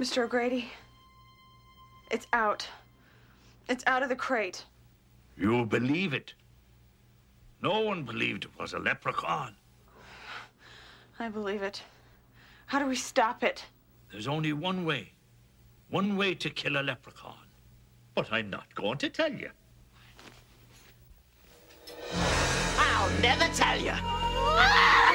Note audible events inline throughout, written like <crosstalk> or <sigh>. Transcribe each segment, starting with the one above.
Mr. O'Grady, it's out. It's out of the crate. You'll believe it. No one believed it was a leprechaun. I believe it. How do we stop it? There's only one way. One way to kill a leprechaun. But I'm not going to tell you. I'll never tell you.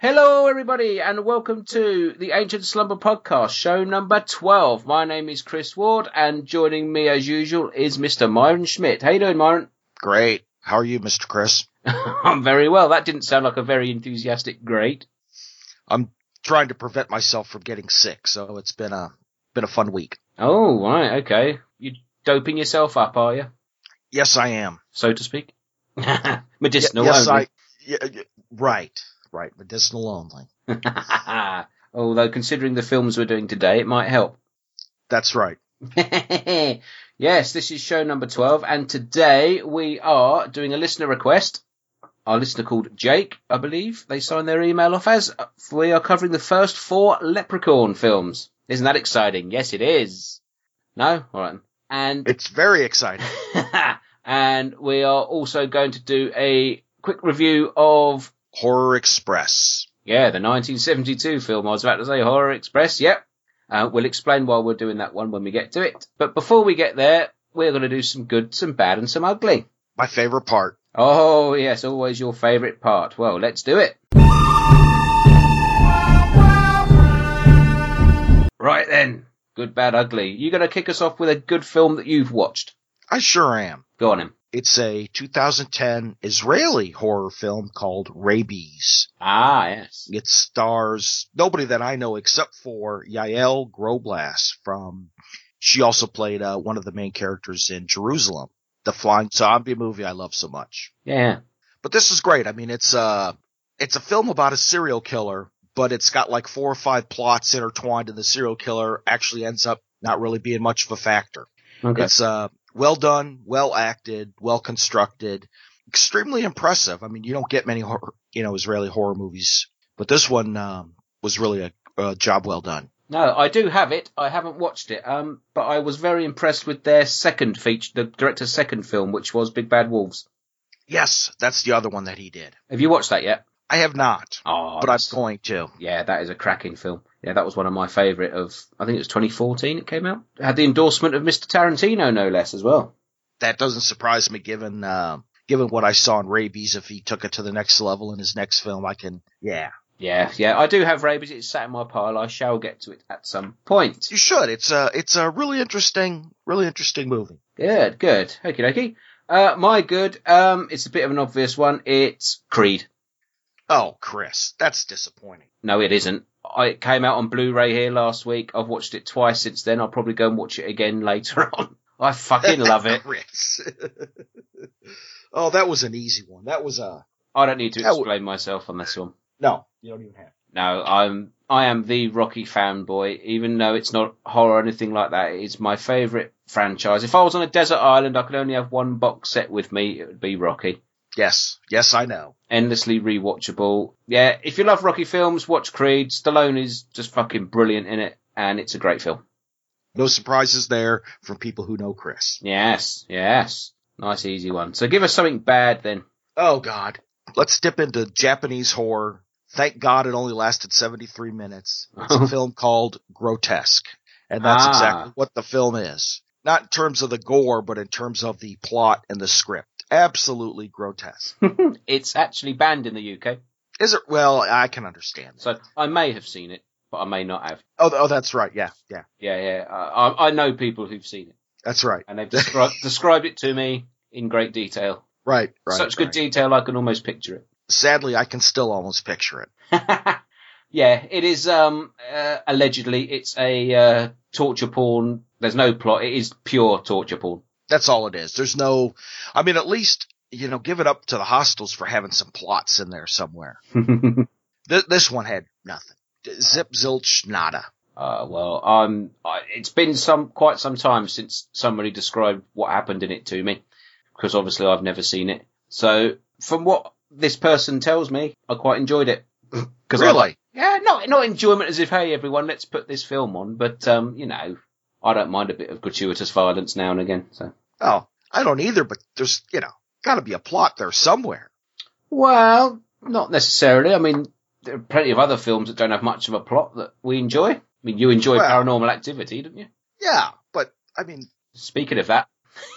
Hello, everybody, and welcome to the Ancient Slumber Podcast, show number 12. My name is Chris Ward, and joining me, as usual, is Mr. Myron Schmidt. How you doing, Myron? <laughs> Great. How are you, Mr. Chris? I'm very well. That didn't sound like a very enthusiastic great. I'm trying to prevent myself from getting sick, so it's been a been a fun week. Oh, right, okay. You doping yourself up, are you? Yes, I am. So to speak. <laughs> Medicinal Y- yes, only. I. y- y- right, right. Medicinal only. <laughs> Although, considering the films we're doing today, it might help. That's right. <laughs> yes, this is show number 12, and today we are doing a listener request. Our listener called Jake, I believe, they signed their email off as uh, we are covering the first four Leprechaun films. Isn't that exciting? Yes, it is. No? Alright. And <laughs> It's very exciting. and we are also going to do a quick review of Horror Express. yeah, the 1972 film. I was about to say Horror Express. Yep. Uh, we'll explain why we're doing that one when we get to it. But before we get there, we're going to do some good, some bad, and some ugly. My favorite part. Oh, yes, always your favourite part. Well, let's do it. Right then. Good, bad, ugly. You're going to kick us off with a good film that you've watched. I sure am. Go on, him. It's a 2010 Israeli horror film called Rabies. Ah, yes. It stars nobody that I know except for Yael Groblas from. She also played uh, one of the main characters in Jerusalem, the flying zombie movie I love so much. Yeah. But this is great. I mean, it's uh it's a film about a serial killer, but it's got like four or five plots intertwined, and the serial killer actually ends up not really being much of a factor. Okay. It's uh well done, well acted, well constructed, extremely impressive. I mean, you don't get many horror, you know Israeli horror movies, but this one um, was really a, a job well done. No, I do have it. I haven't watched it, um, but I was very impressed with their second feature, the director's second film, which was Big Bad Wolves. Yes, that's the other one that he did. Have you watched that yet? I have not, Oh, but I'm going to. yeah, that is a cracking film. Yeah, that was one of my favourite of. I think it was 2014. It came out. It had the endorsement of Mr. Tarantino, no less, as well. That doesn't surprise me, given uh, given what I saw in Rabies. If he took it to the next level in his next film, I can. Yeah, Yeah, yeah, I do have rabies. It's sat in my pile. I shall get to it at some point. you should. It's a it's a really interesting, really interesting movie. Good, good. Okie dokie. Uh, my good. Um, it's a bit of an obvious one. It's Creed. Oh, Chris, that's disappointing. No, it isn't. I, it came out on Blu-ray here last week. I've watched it twice since then. I'll probably go and watch it again <laughs> later on. I fucking love <laughs> it. Chris. oh, that was an easy one. That was a I don't need to That w- explain myself on this one. no. You don't even have. No, I'm I am the Rocky fanboy. Even though it's not horror or anything like that, it's my favourite franchise. If I was on a desert island, I could only have one box set with me. It would be Rocky. Yes, yes, I know. Endlessly rewatchable. Yeah, if you love Rocky films, watch Creed. Stallone is just fucking brilliant in it, and it's a great film. No surprises there from people who know Chris. Yes, yes. Nice easy one. So give us something bad then. Oh God, let's dip into Japanese horror. Thank God it only lasted 73 minutes. <laughs> It's a film called Grotesque, and that's Ah. exactly what the film is. Not in terms of the gore, but in terms of the <laughs> plot and the script. Absolutely grotesque. It's actually banned in the UK. Is it? Well, I can understand. That. So I may have seen it, but I may not have. Oh, th- oh, that's right. Yeah, yeah, Yeah, yeah. Uh, I, I know people who've seen it, that's right. and they've <laughs> descri- described it to me in great detail. Right, right. Such good right. detail, I can almost picture it. Sadly, I can still almost picture it. <laughs> yeah, it is. Um, uh, allegedly, it's a uh, torture porn. There's no plot. It is pure torture porn. That's all it is. There's no. I mean, at least you know, give it up to the hostels for having some plots in there somewhere. <laughs> Th- this one had nothing. D- Zip zilch nada. uh, well, I'm. I, it's been some quite some time since somebody described what happened in it to me, because obviously I've never seen it. So from what this person tells me, I quite enjoyed it. 'Cause I Really? Yeah, not not enjoyment as if hey everyone, let's put this film on, but um, you know, I don't mind a bit of gratuitous violence now and again. So Oh, I don't either. But there's you know, got to be a plot there somewhere. well, not necessarily. I mean, there are plenty of other films that don't have much of a plot that we enjoy. I mean, you enjoy Well- Paranormal Activity, don't you? Yeah, but I mean, Speaking of that,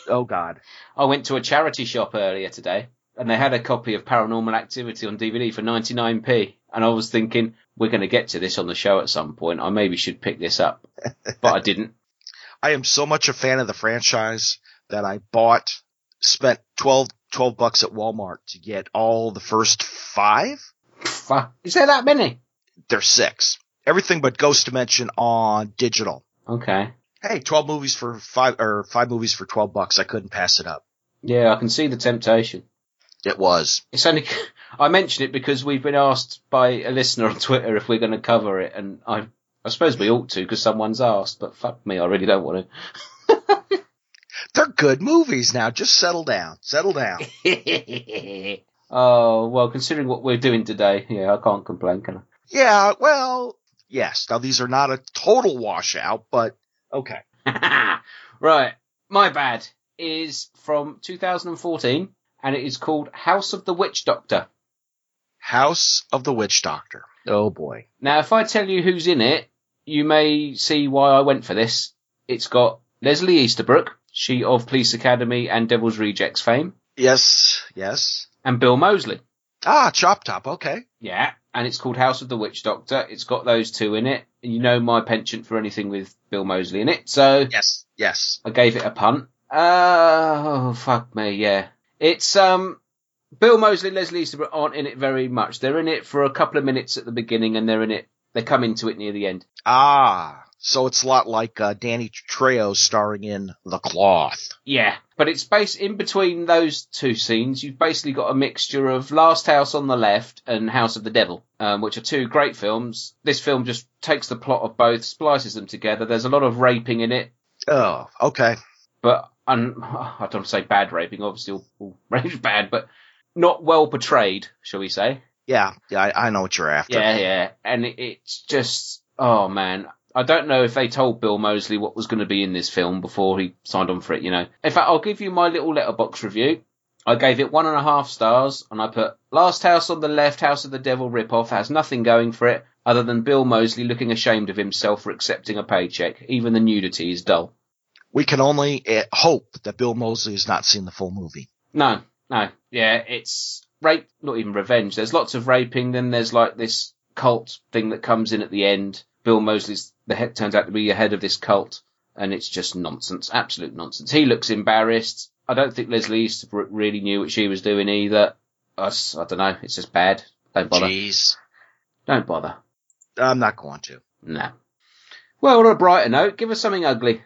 oh god. I went to a charity shop earlier today, and they had a copy of Paranormal Activity on DVD for 99p, and I was thinking we're going to get to this on the show at some point. I maybe should pick this up, but I didn't. I am so much a fan of the franchise that I bought, spent 12, 12 bucks at Walmart to get all the first five. Fuck, is there that many? There's six. Everything but Ghost Dimension on digital. Okay. Hey, 12 movies for five, or five movies for 12 bucks. I couldn't pass it up. Yeah, I can see the temptation. It was. It's only I mention it because we've been asked by a listener on Twitter if we're going to cover it, and I I suppose we ought to because someone's asked. But fuck me, I really don't want They're good movies now. Just settle down. Settle <laughs> down. to. <laughs> oh well, considering what we're doing today, yeah, I can't complain, can I? yeah, well, yes. Now these are not a total washout, but okay. <laughs> right, my bad is from 2014, and it is called House of the Witch Doctor. House of the Witch Doctor. Oh boy. Now, if I tell you who's in it, you may see why I went for this. It's got Leslie Easterbrook, she of Police Academy and Devil's Rejects fame, Yes, yes. and Bill Mosley. Ah, Chop Top. Okay. Yeah, and it's called House of the Witch Doctor. It's got those two in it. And you know my penchant for anything with Bill Mosley in it, so Yes, yes. I gave it a punt. Oh fuck me, yeah. It's um Bill Mosley, Leslie Easterbrook aren't in it very much. They're in it for a couple of minutes at the beginning, and they're in it. They come into it near the end. Ah, so it's a lot like uh, Danny Trejo starring in The Cloth. Yeah, but it's based in between those two scenes. You've basically got a mixture of Last House on the left and House of the Devil, um, which are two great films. This film just takes the plot of both, splices them together. There's a lot of raping in it, Oh, okay. but un- I don't want to say bad raping. Obviously, all, all <laughs> rape is bad, but not well portrayed, shall we say? Yeah, yeah, I, I know what you're after. Yeah, <laughs> yeah. And it, it's just, oh man. I don't know if they told Bill Mosley what was going to be in this film before he signed on for it, you know. In fact, I'll give you my little letterbox review. I gave it one and a half stars and I put Last House on the Left, House of the Devil ripoff has nothing going for it other than Bill Mosley looking ashamed of himself for accepting a paycheck. Even the nudity is dull. We can only uh, hope that Bill Mosley has not seen the full movie. No, no. Yeah, it's rape, not even revenge. There's lots of raping. Then there's like this cult thing that comes in at the end. Bill Mosley's the head turns out to be the head of this cult, and it's just nonsense, absolute nonsense. He looks embarrassed. I don't think Leslie Easterbrook really knew what she was doing either. Us, I don't know. It's just bad. Don't bother. Jeez. Don't bother. uh, I'm not going to. No. Well, on a brighter note, give us something ugly.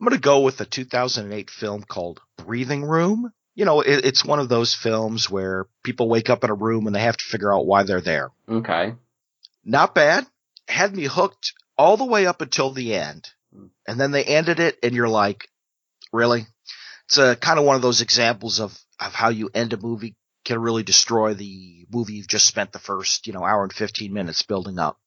I'm going to go with a 2008 film called Breathing Room. You know, it, it's one of those films where people wake up in a room and they have to figure out why they're there. Okay. Not bad. Had me hooked all the way up until the end. And then they ended it and you're like, really? It's a kind of one of those examples of, of how you end a movie can really destroy the movie you've just spent the first, you know, hour and 15 minutes building up.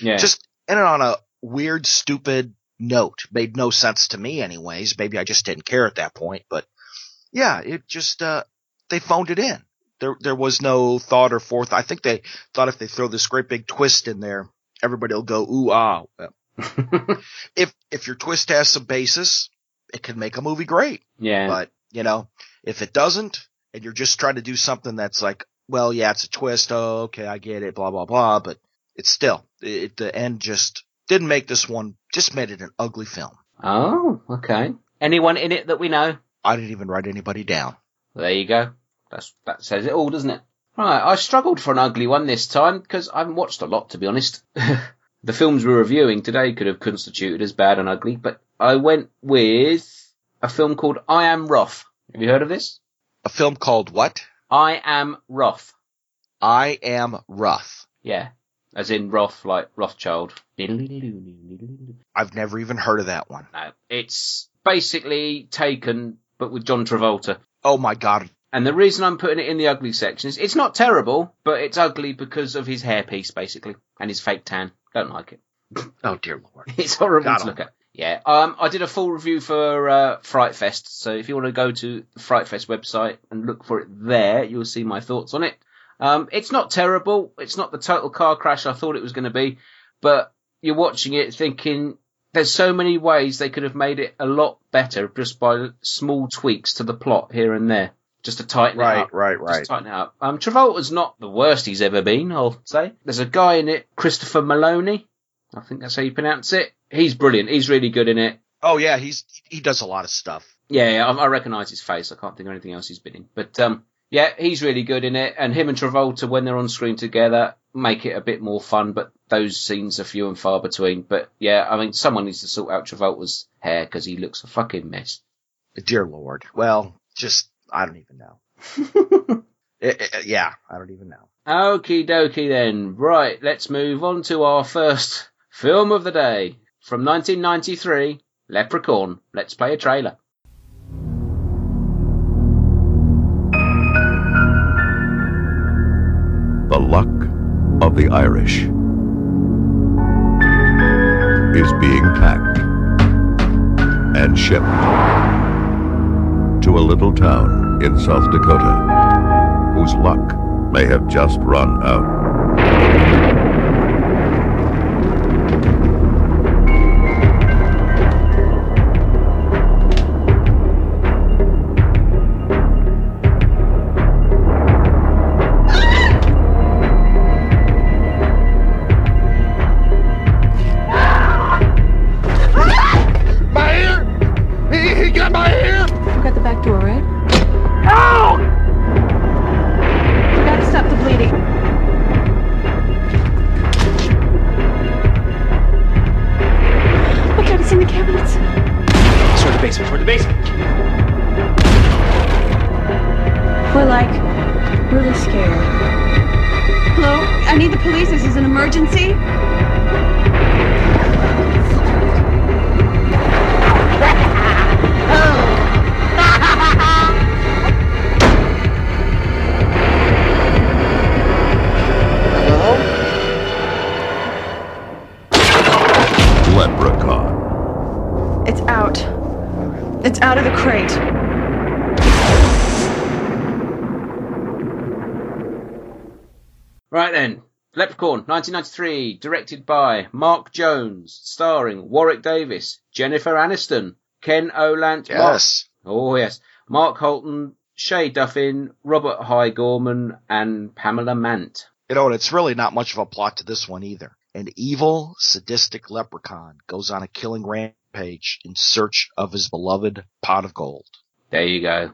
Yeah. Just ended on a weird, stupid note. Made no sense to me anyways. Maybe I just didn't care at that point, but yeah, it just, uh, they phoned it in. There, there was no thought or forth. I think they thought if they throw this great big twist in there, everybody will go, ooh, ah. Well, If, if your twist has some basis, it can make a movie great. <laughs> yeah. But, you know, if it doesn't, and you're just trying to do something that's like, well, yeah, it's a twist. Oh, okay, I get it. Blah blah blah. But it's still it, the end just didn't make this one. Just made it an ugly film. Oh, okay. Anyone in it that we know? I didn't even write anybody down. There you go. That's that says it all, doesn't it? Right, I struggled for an ugly one this time because I haven't watched a lot, to be honest. <laughs> the films we're reviewing today could have constituted as bad and ugly, but I went with a film called I Am Roth. Have you heard of this? A film called what? I Am Roth. I am rough. Yeah, as in Roth, like Rothschild. I've never even heard of that one. No, it's basically Taken, but with John Travolta. Oh my god. And the reason I'm putting it in the ugly section is it's not terrible, but it's ugly because of his hairpiece, basically, and his fake tan. Don't like it. Oh dear lord. <laughs> It's horrible Got to him. look at. Yeah, um, I did a full review for uh, Fright Fest, so if you want to go to the Fright Fest website and look for it there, you'll see my thoughts on it. Um, it's not terrible. It's not the total car crash I thought it was going to be, but you're watching it thinking there's so many ways they could have made it a lot better just by small tweaks to the plot here and there, just to tighten it Right, up. right, right. Just tighten it up. Um, Travolta's not the worst he's ever been, I'll say. There's a guy in it, Christopher Maloney. I think that's how you pronounce it. He's brilliant. He's really good in it. Oh yeah, he's he does a lot of stuff. Yeah, yeah, I, I recognise his face. I can't think of anything else he's been in. But um, yeah, he's really good in it. And him and Travolta, when they're on screen together, make it a bit more fun. But those scenes are few and far between. But yeah, I mean, someone needs to sort out Travolta's hair because he looks a fucking mess. Dear lord. Well, just I don't even know. Eh, eh, eh, yeah, I don't even know. Okie dokie then. Right, let's move on to our first film of the day from 1993, Leprechaun. Let's play a trailer. The luck of the Irish is being packed and shipped to a little town in South Dakota whose luck may have just run out. My hair! He, he got my hair! Got the back door, right? Ow! We gotta stop the bleeding. Oh my god, it's in the cabinets. Toward the basement, toward the basement. We're like really scared. Hello? I need the police. This is an emergency. Leprechaun. It's out. It's out of the crate. Right then, Leprechaun, 1993, directed by Mark Jones, starring Warwick Davis, Jennifer Aniston, Ken Olant. Mark- Yes. oh yes, Mark Holton, Shay Duffin, Robert High Gorman, and Pamela Mant. You know, and it's really not much of a plot to this one either. An evil, sadistic leprechaun goes on a killing rampage in search of his beloved pot of gold. There you go.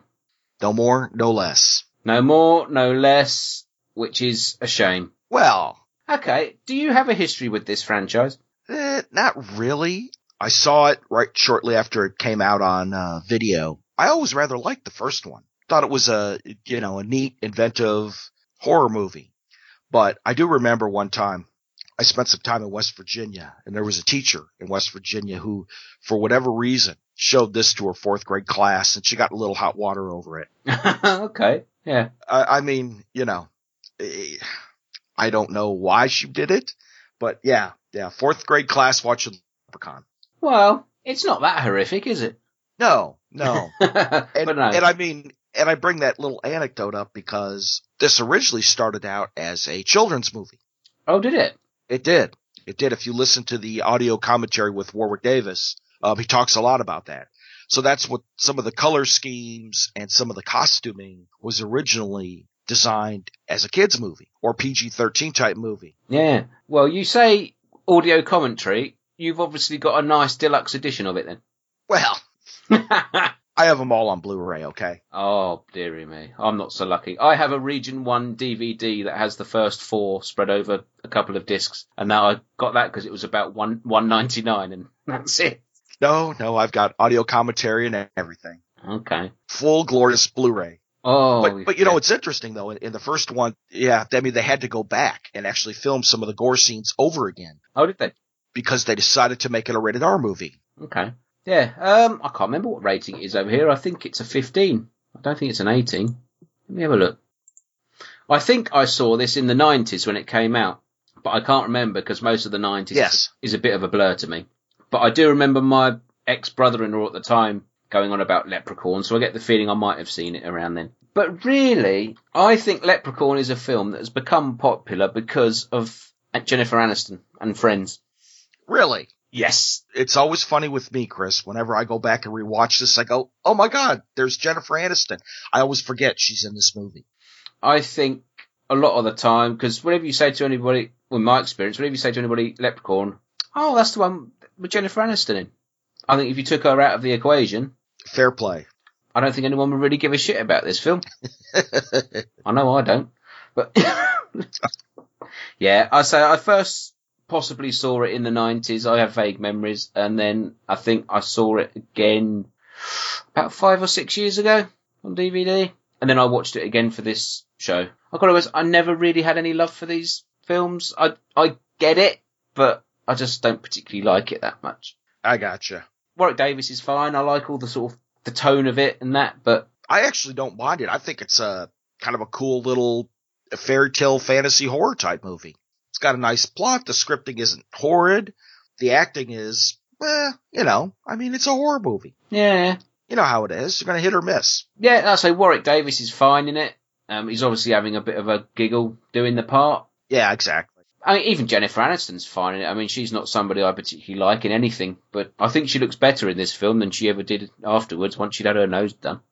No more, no less. No more, no less, which is a shame. Well, Okay, do you have a history with this franchise? <laughs> Eh, not really. I saw it right shortly after it came out on uh, video. I always rather liked the first one. Thought it was a you know a neat, inventive horror movie. But I do remember one time I spent some time in West Virginia, and there was a teacher in West Virginia who, for whatever reason, showed this to her fourth grade class, and she got a little hot water over it. okay, yeah. I, I mean, you know, eh, I don't know why she did it, but yeah, yeah, fourth grade class watching Leprechaun. Well, it's not that horrific, is it? <laughs> No, no. And, but uh, no. and I mean, and I bring that little anecdote up because this originally started out as a children's movie. oh, did it? It did. It did. If you listen to the audio commentary with Warwick Davis, um, he talks a lot about that. So that's what some of the color schemes and some of the costuming was originally designed as a kids movie or PG-13 type movie. Yeah. Well, you say audio commentary. You've obviously got a nice deluxe edition of it Well, then. <laughs> I have them all on Blu-ray, okay? oh, dearie me. I'm not so lucky. I have a Region 1 DVD that has the first four spread over a couple of discs. And now I got that because it was about one 199 and <laughs> that's it. No, no, I've got audio commentary and everything. Okay. Full glorious Blu-ray. Oh. but, but you know yeah. it's interesting though in, in the first one yeah i mean they had to go back and actually film some of the gore scenes over again Oh, did they? because they decided to make it a rated r movie Okay. Yeah. Um, I can't remember what rating it is over here. I think it's a 15. I don't think it's an 18. Let me have a look. I think I saw this in the 90s when it came out, but I can't remember because most of the 90s is- Yes. is, a bit of a blur to me. But I do remember my ex brother in law at the time going on about Leprechaun, so I get the feeling I might have seen it around then. But really, I think Leprechaun is a film that has become popular because of Jennifer Aniston and friends. really Yes. it's always funny with me chris whenever i go back and rewatch this i go oh my god there's jennifer aniston i always forget she's in this movie I think a lot of the time, because whenever you say to anybody, well, in my experience, whenever you say to anybody, Leprechaun, oh, that's the one with Jennifer Aniston in. I think if you took her out of the equation, fair play I don't think anyone would really give a shit about this film. I know I don't, but <laughs> yeah, I say I first possibly saw it in the nineties. I have vague memories, and then I think I saw it again about five or six years ago on DVD, and then I watched it again for this show. I got to I never really had any love for these films. I I get it, but I just don't particularly like it that much. i gotcha Warwick Davis is fine. I like all the sort of the tone of it and that, but i actually don't mind it i think it's a kind of a cool little fairy tale fantasy horror type movie it's got a nice plot the scripting isn't horrid the acting is eh, you know i mean it's a horror movie yeah, you know how it is. You're going to hit or miss. yeah. That's say Warwick Davis is fine in it. Um, he's obviously having a bit of a giggle doing the part. Yeah, exactly. I mean, even Jennifer Aniston's fine in it. I mean, she's not somebody I particularly like in anything, but I think she looks better in this film than she ever did afterwards once she'd had her nose done.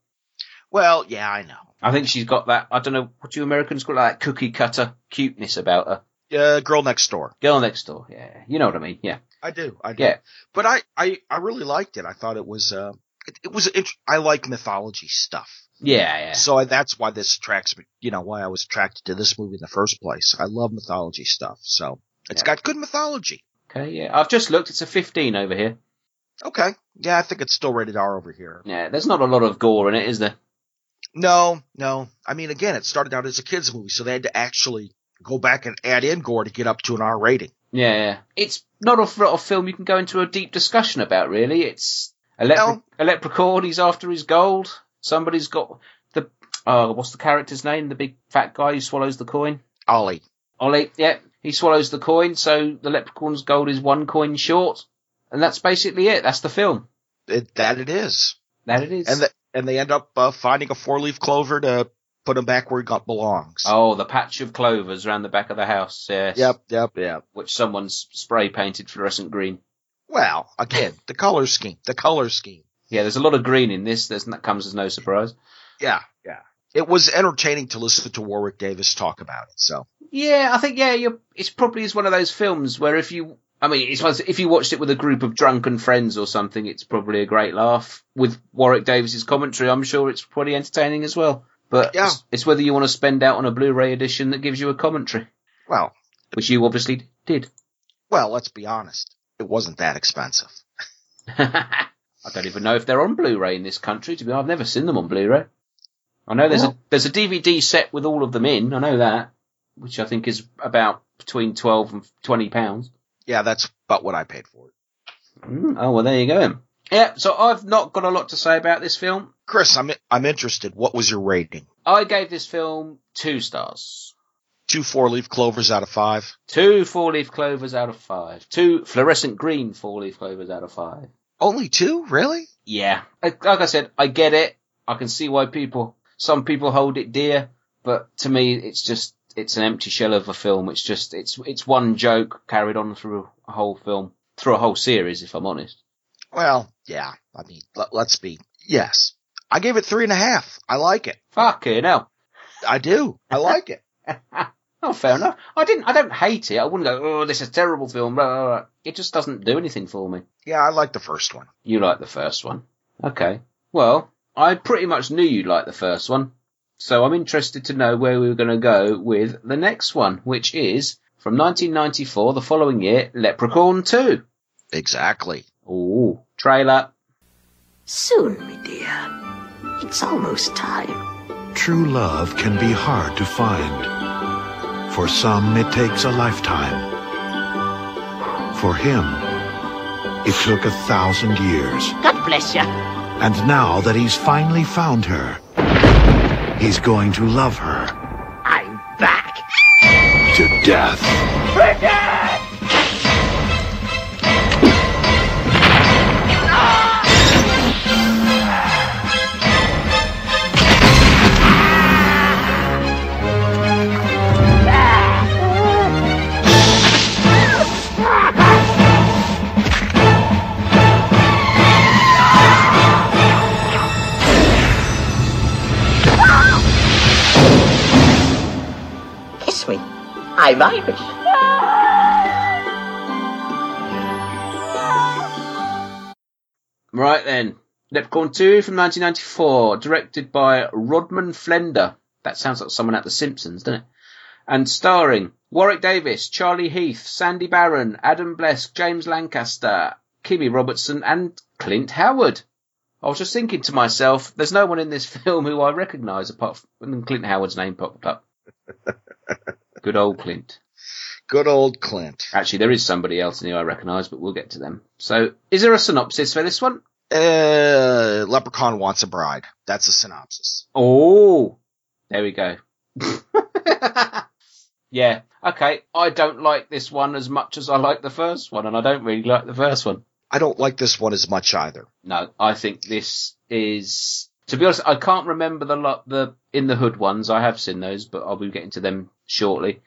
Well, yeah, I know. I think she's got that, I don't know, what do you Americans call it, that cookie cutter cuteness about her. Uh, girl next door. Girl next door, yeah. You know what I mean, yeah. I do. I do. Yeah. But I, I, I really liked it. I thought it was, uh, it, it was, int- I like mythology stuff. Yeah, yeah. So I, that's why this attracts me, you know, why I was attracted to this movie in the first place. I love mythology stuff. So it's Yeah. got good mythology. Okay, yeah. I've just looked, it's a 15 over here. Okay. Yeah, I think it's still rated R over here. Yeah, there's not a lot of gore in it, is there? No, no. I mean, again, it started out as a kids movie, so they had to actually go back and add in gore to get up to an R rating. Yeah, yeah. It's not a lot of film you can go into a deep discussion about, really. It's a, lepre- No. a leprechaun, he's after his gold. Somebody's got the. Oh, what's the character's name? The big fat guy who swallows the coin? Ollie. Ollie, yeah. He swallows the coin, so the leprechaun's gold is one coin short. And that's basically it. That's the film. It, that it is. That it is. and the, and they end up uh, finding a four leaf clover to put them back where it belongs. oh, the patch of clovers round the back of the house, yes. Yep, yep, yep. Which someone's spray painted fluorescent green. Well, again, the color scheme, the color scheme. Yeah, there's a lot of green in this. There's, that comes as no surprise. Yeah, yeah. It was entertaining to listen to Warwick Davis talk about it. So Yeah, I think yeah, you're, it's probably is one of those films where if you, I mean, it's one of those- if you watched it with a group of drunken friends or something, it's probably a great laugh. With Warwick Davis's commentary, I'm sure it's pretty entertaining as well. But Yeah. it's, it's whether you want to spend out on a Blu-ray edition that gives you a commentary, well, which you obviously did. <laughs> well, let's be honest, it wasn't that expensive. I don't even know if they're on Blu-ray in this country. To be, I've never seen them on Blu-ray. I know there's a there's a DVD set with all of them in. I know that, which I think is about between twelve and twenty pounds. Yeah, that's about what I paid for it. Mm, oh well, there you go. Then. Yeah. So I've not got a lot to say about this film. Chris, I'm I'm interested. What was your rating? I gave this film two stars, Two four leaf clovers out of five. two four-leaf clovers out of five, two fluorescent green four-leaf clovers out of five. Only two, really? Yeah. Like like I said, I get it. I can see why people, some people hold it dear, but to me, it's just it's an empty shell of a film. It's just it's it's one joke carried on through a whole film, through a whole series. If I'm honest. Well, yeah. I mean, let, let's be. Yes, I gave it three and a half. I like it. Fucking hell. I do. I like it. Oh, fair enough. I didn't. I don't hate it. I wouldn't go. Oh, this is a terrible film. blah, blah, blah." It just doesn't do anything for me. <laughs> Yeah, I like the first one. You like the first one. Okay. Well, I pretty much knew you liked the first one. So I'm interested to know where we were going to go with the next one, which is from 1994, the following year, Leprechaun 2. Exactly. Ooh, trailer. Soon, me dear. It's almost time. True love can be hard to find. For some, it takes a lifetime. For him, it took a thousand years. God bless you. And now that he's finally found her, he's going to love her I'm back. to death. Kiss me. I'm Irish. Right then, Leprechaun 2 from 1994, directed by Rodman Flender. That sounds like someone at The Simpsons, doesn't it? And starring Warwick Davis, Charlie Heath, Sandy Barron, Adam Blesk, James Lancaster, Kimmy Robertson, and Clint Howard. I was just thinking to myself, there's no one in this <laughs> film who I recognise apart from Clint Howard's name popped up. Good old Clint. Good old Clint. Actually, there is somebody else in here I recognise, but we'll get to them. So, is there a synopsis for this one? Uh, Leprechaun wants a bride. That's a synopsis. Oh, there we go. yeah. Okay. I don't like this one as much as I like the first one, and I don't really like the first one. I don't like this one as much either. No, I think this is. To be honest, I can't remember the lo- the in the hood ones. I have seen those, but I'll be getting to them shortly.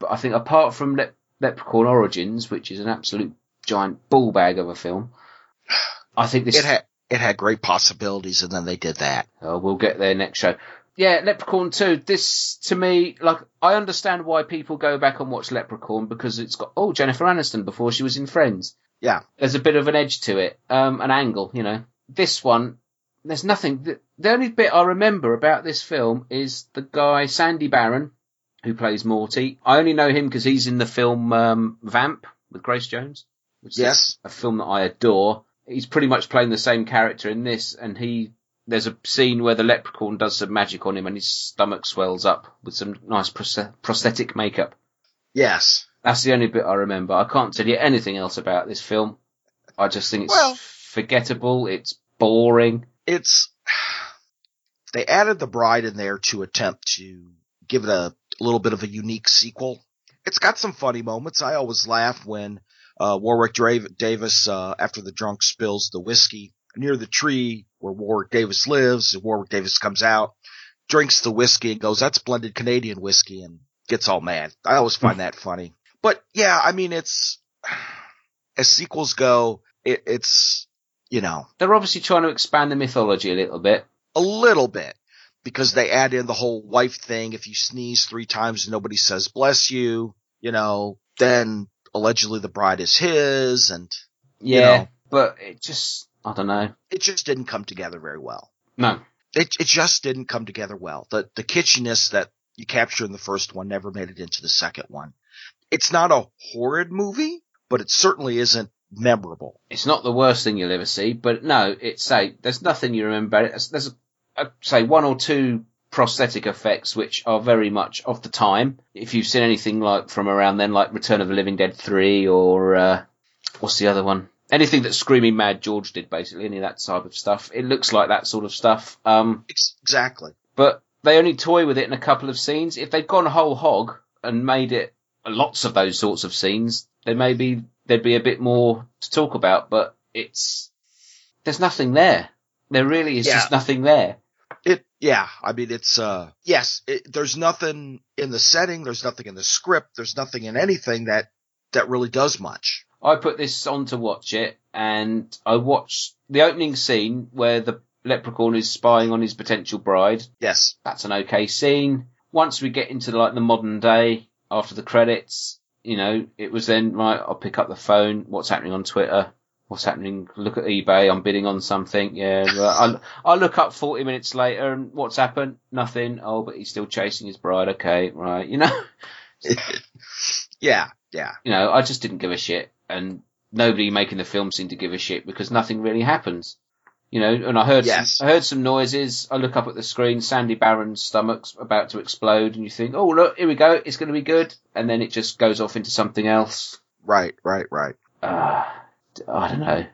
But I think apart from Lep- Leprechaun Origins, which is an absolute giant ball bag of a film, I think this It had it had great possibilities, and then they did that. Oh, we'll get there next show. Yeah, Leprechaun 2. This, to me, like, I understand why people go back and watch Leprechaun because it's got, oh, Jennifer Aniston before she was in Friends. Yeah. There's a bit of an edge to it, um, an angle, you know. This one, there's nothing. The, the only bit I remember about this film is the guy, Sandy Barron, who plays Morty. I only know him because he's in the film, um, Vamp with Grace Jones. Which is Yes. a film that I adore. He's pretty much playing the same character in this, and he there's a scene where the leprechaun does some magic on him, and his stomach swells up with some nice prosth- prosthetic makeup. Yes. That's the only bit I remember. I can't tell you anything else about this film. I just think it's Well- forgettable. It's boring. It's they added the bride in there to attempt to give it a little bit of a unique sequel. It's got some funny moments. I always laugh when uh, Warwick Dra- Davis, uh, after the drunk spills the whiskey near the tree where Warwick Davis lives, and Warwick Davis comes out, drinks the whiskey, and goes, "That's blended Canadian whiskey," and gets all mad. I always find that funny. But yeah, I mean, it's as sequels go, it, it's you know They're obviously trying to expand the mythology a little bit. a little bit because they add in the whole wife thing. If you sneeze three times and nobody says bless you, you know, then allegedly the bride is his and Yeah, know. but it just I don't know. it just didn't come together very well. No, It, it just didn't come together well. The, the kitschiness that you capture in the first one never made it into the second one. It's not a horrid movie, but it certainly isn't memorable. it's not the worst thing you'll ever see, but no, it's say there's nothing you remember about it. There's, there's uh, say one or two prosthetic effects which are very much of the time. If you've seen anything like from around then, like Return of the Living Dead three or uh, what's the other one? Anything that Screaming Mad George did, basically, any of that type of stuff. It looks like that sort of stuff. Um, Ex- exactly. but they only toy with it in a couple of scenes. If they'd gone whole hog and made it lots of those sorts of scenes, then maybe there'd be a bit more to talk about. But it's there's nothing there. There really is Yeah. just nothing there. It, yeah, I mean, it's, uh, yes, it, there's nothing in the setting, there's nothing in the script, there's nothing in anything that, that really does much. I put this on to watch it, and I watched the opening scene where the Leprechaun is spying on his potential bride. Yes. <laughs> That's an okay scene. Once we get into like the modern day after the credits, you know, it was then right. I'll pick up the phone. What's happening on Twitter? What's happening? Look at eBay. I'm bidding on something. Yeah. <laughs> I I look up 40 minutes later and what's happened? Nothing. Oh, but he's still chasing his bride. Okay, right. You know, yeah. Yeah. you know, I just didn't give a shit, and nobody making the film seemed to give a shit because nothing really happens. You know, and I heard Yes. some, I heard some noises. I look up at the screen, Sandy Barron's stomach's about to explode, and you think, "Oh, look, here we go, it's going to be good," and then it just goes off into something else. Right. Right. Right. Uh, I don't know.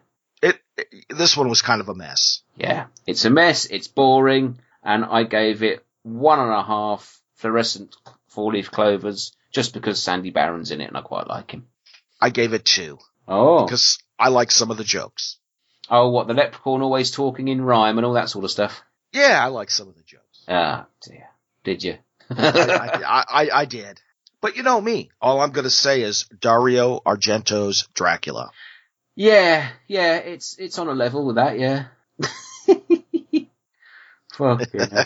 It, it. This one was kind of a mess. Yeah, it's a mess. It's boring, and I gave it one and a half fluorescent four-leaf clovers just because Sandy Barron's in it, and I quite like him. I gave it two Oh, because I like some of the jokes. oh, what the leprechaun always talking in rhyme and all that sort of stuff. Yeah, I like some of the jokes. Ah, dear. Did you? <laughs> I, I, I, I did. But you know me. All I'm gonna say is Dario Argento's Dracula. <laughs> yeah, yeah, it's it's on a level with that, yeah. <laughs> Fuck yeah.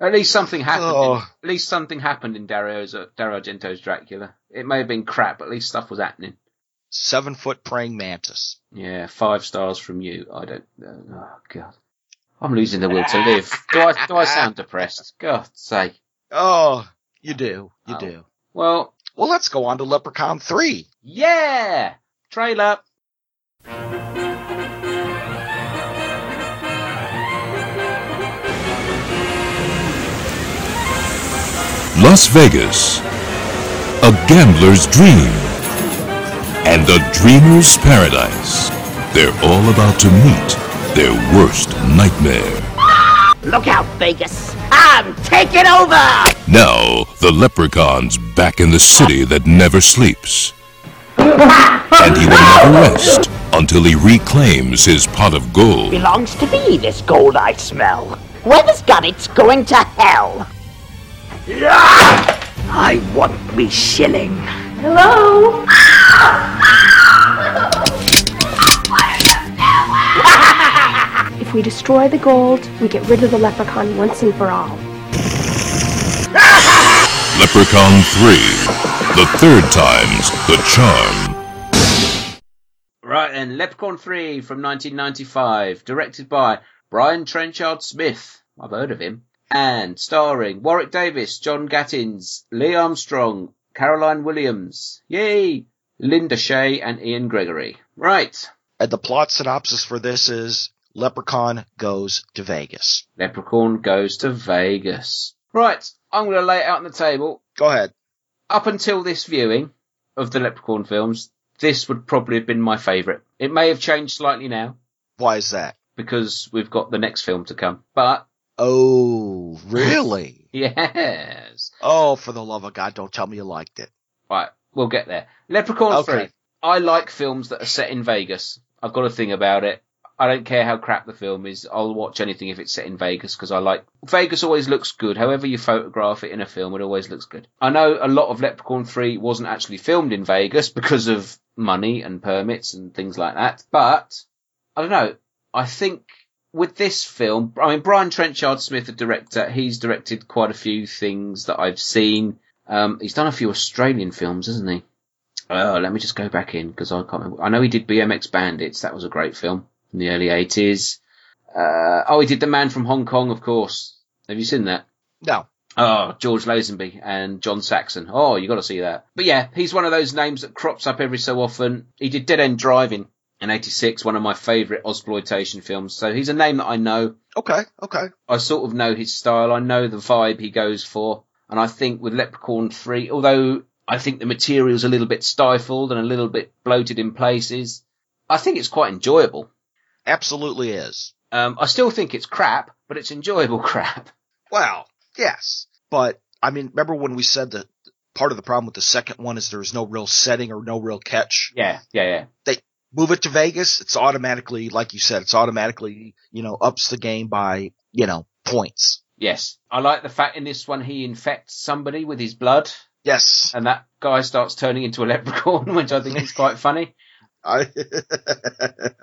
At least something happened. Oh. At least something happened in Dario's Dario Argento's Dracula. It may have been crap, but at least stuff was happening. Seven foot praying mantis. Yeah, five stars from you. I don't. Oh god, I'm losing the will to live. Do I do I sound depressed? God's sake. Oh, you do. You Oh. do. Well, Well, let's go on to Leprechaun 3. yeah. Trailer. Las Vegas, a gambler's dream, and a dreamer's paradise. They're all about to meet their worst nightmare. Look out, Vegas. I'm taking over! Now, the leprechaun's back in the city that never sleeps. And he will never rest until he reclaims his pot of gold. Belongs to me, this gold I smell. Whoever's got it's going to hell. I want me shilling. Hello? If we destroy the gold, we get rid of the leprechaun once and for all. Leprechaun 3. The third time's the charm. Right then, Leprechaun 3 from 1995, directed by Brian Trenchard Smith. I've heard of him. And starring Warwick Davis, John Gattins, Lee Armstrong, Caroline Williams, yay! Linda Shay and Ian Gregory. Right. And the plot synopsis for this is Leprechaun goes to Vegas. Leprechaun goes to Vegas. Right. I'm going to lay it out on the table. Go ahead. Up until this viewing of the Leprechaun films, this would probably have been my favourite. It may have changed slightly now Why is that? because we've got the next film to come, but Oh, really? <laughs> Yes. <laughs> oh, for the love of God, don't tell me you liked it. Right, we'll get there. Leprechaun Okay. 3. I like films that are set in Vegas. I've got a thing about it. I don't care how crap the film is. I'll watch anything if it's set in Vegas because I like Vegas always looks good. However you photograph it in a film, it always looks good. I know a lot of Leprechaun 3 wasn't actually filmed in Vegas because of money and permits and things like that. But I don't know. I think with this film, I mean, Brian Trenchard Smith, the director, he's directed quite a few things that I've seen. Um, he's done a few Australian films, hasn't he? Oh, let me just go back in because I can't remember. I know he did BMX Bandits. That was a great film in the early 80s. Uh, oh, he did The Man from Hong Kong, of course. Have you seen that? No. Oh, George Lazenby and John Saxon. Oh, you got to see that. But yeah, he's one of those names that crops up every so often. He did Dead End Driving in '86, one of my favourite exploitation films. So he's a name that I know. Okay, okay. I sort of know his style. I know the vibe he goes for. And I think with Leprechaun 3, although I think the material's a little bit stifled and a little bit bloated in places, I think it's quite enjoyable. Absolutely is. Um, I still think it's crap, but it's enjoyable <laughs> crap. Well, yes. But, I mean, remember when we said that part of the problem with the second one is there is no real setting or no real catch? Yeah, yeah, yeah. move it to Vegas, it's automatically, like you said, it's automatically, you know, ups the game by, you know, points. Yes. I like the fact in this one he infects somebody with his blood. Yes. and that guy starts turning into a <laughs> leprechaun, which I think is quite funny. I,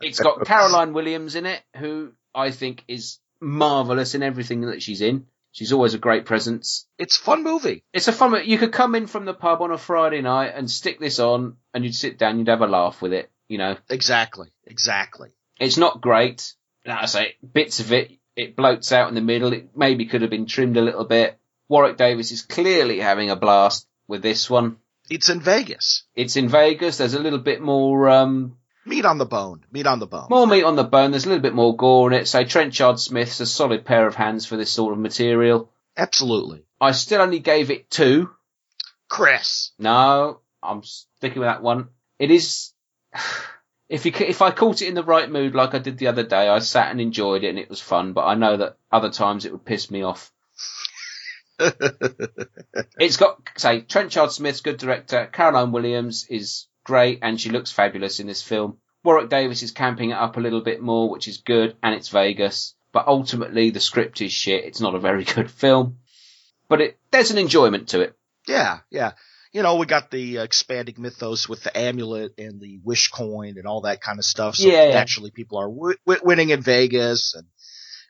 It's got Caroline Williams in it, who I think is marvelous in everything that she's in. She's always a great presence. It's a fun movie. It's a fun. mo- You could come in from the pub on a Friday night and stick this on, and you'd sit down, you'd have a laugh with it. You know, Exactly. Exactly. it's not great. Like I say, bits of it it bloats out in the middle. It maybe could have been trimmed a little bit. Warwick Davis is clearly having a blast with this one. It's in Vegas. It's in Vegas. There's a little bit more um, Meat on the bone. Meat on the bone. More meat on the bone. There's a little bit more gore in it. So Trenchard Smith's a solid pair of hands for this sort of material. Absolutely. I still only gave it two. Chris. No, I'm sticking with that one. It is. <sighs> If you ca- if I caught it in the right mood like I did the other day, I sat and enjoyed it and it was fun. But I know that other times it would piss me off. it's got say Trenchard Smith's good director. Caroline Williams is great and she looks fabulous in this film. Warwick Davis is camping it up a little bit more, which is good, and it's Vegas. But ultimately, the script is shit. It's not a very <laughs> good film, but it there's an enjoyment to it. Yeah, yeah. You know, we got the uh, expanding mythos with the amulet and the wish coin and all that kind of stuff. So Yeah, yeah. naturally, people are w- w- winning in Vegas, and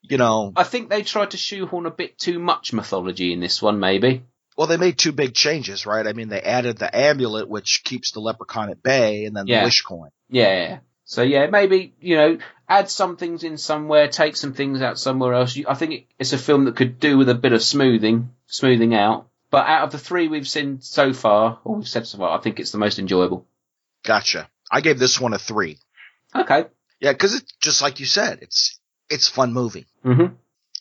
you know, I think they tried to shoehorn a bit too much mythology in this one, maybe. well, they made two big changes, right? I mean, they added the amulet, which keeps the leprechaun at bay, and then Yeah. the wish coin. Yeah. So yeah, maybe you know, add some things in somewhere, take some things out somewhere else. You- I think it- it's a film that could do with a bit of smoothing, smoothing out. But out of the three we've seen so far, or we've said so far, I think it's the most enjoyable. Gotcha. I gave this one a three. Okay. Yeah, because it's just like you said, it's it's a fun movie. hmm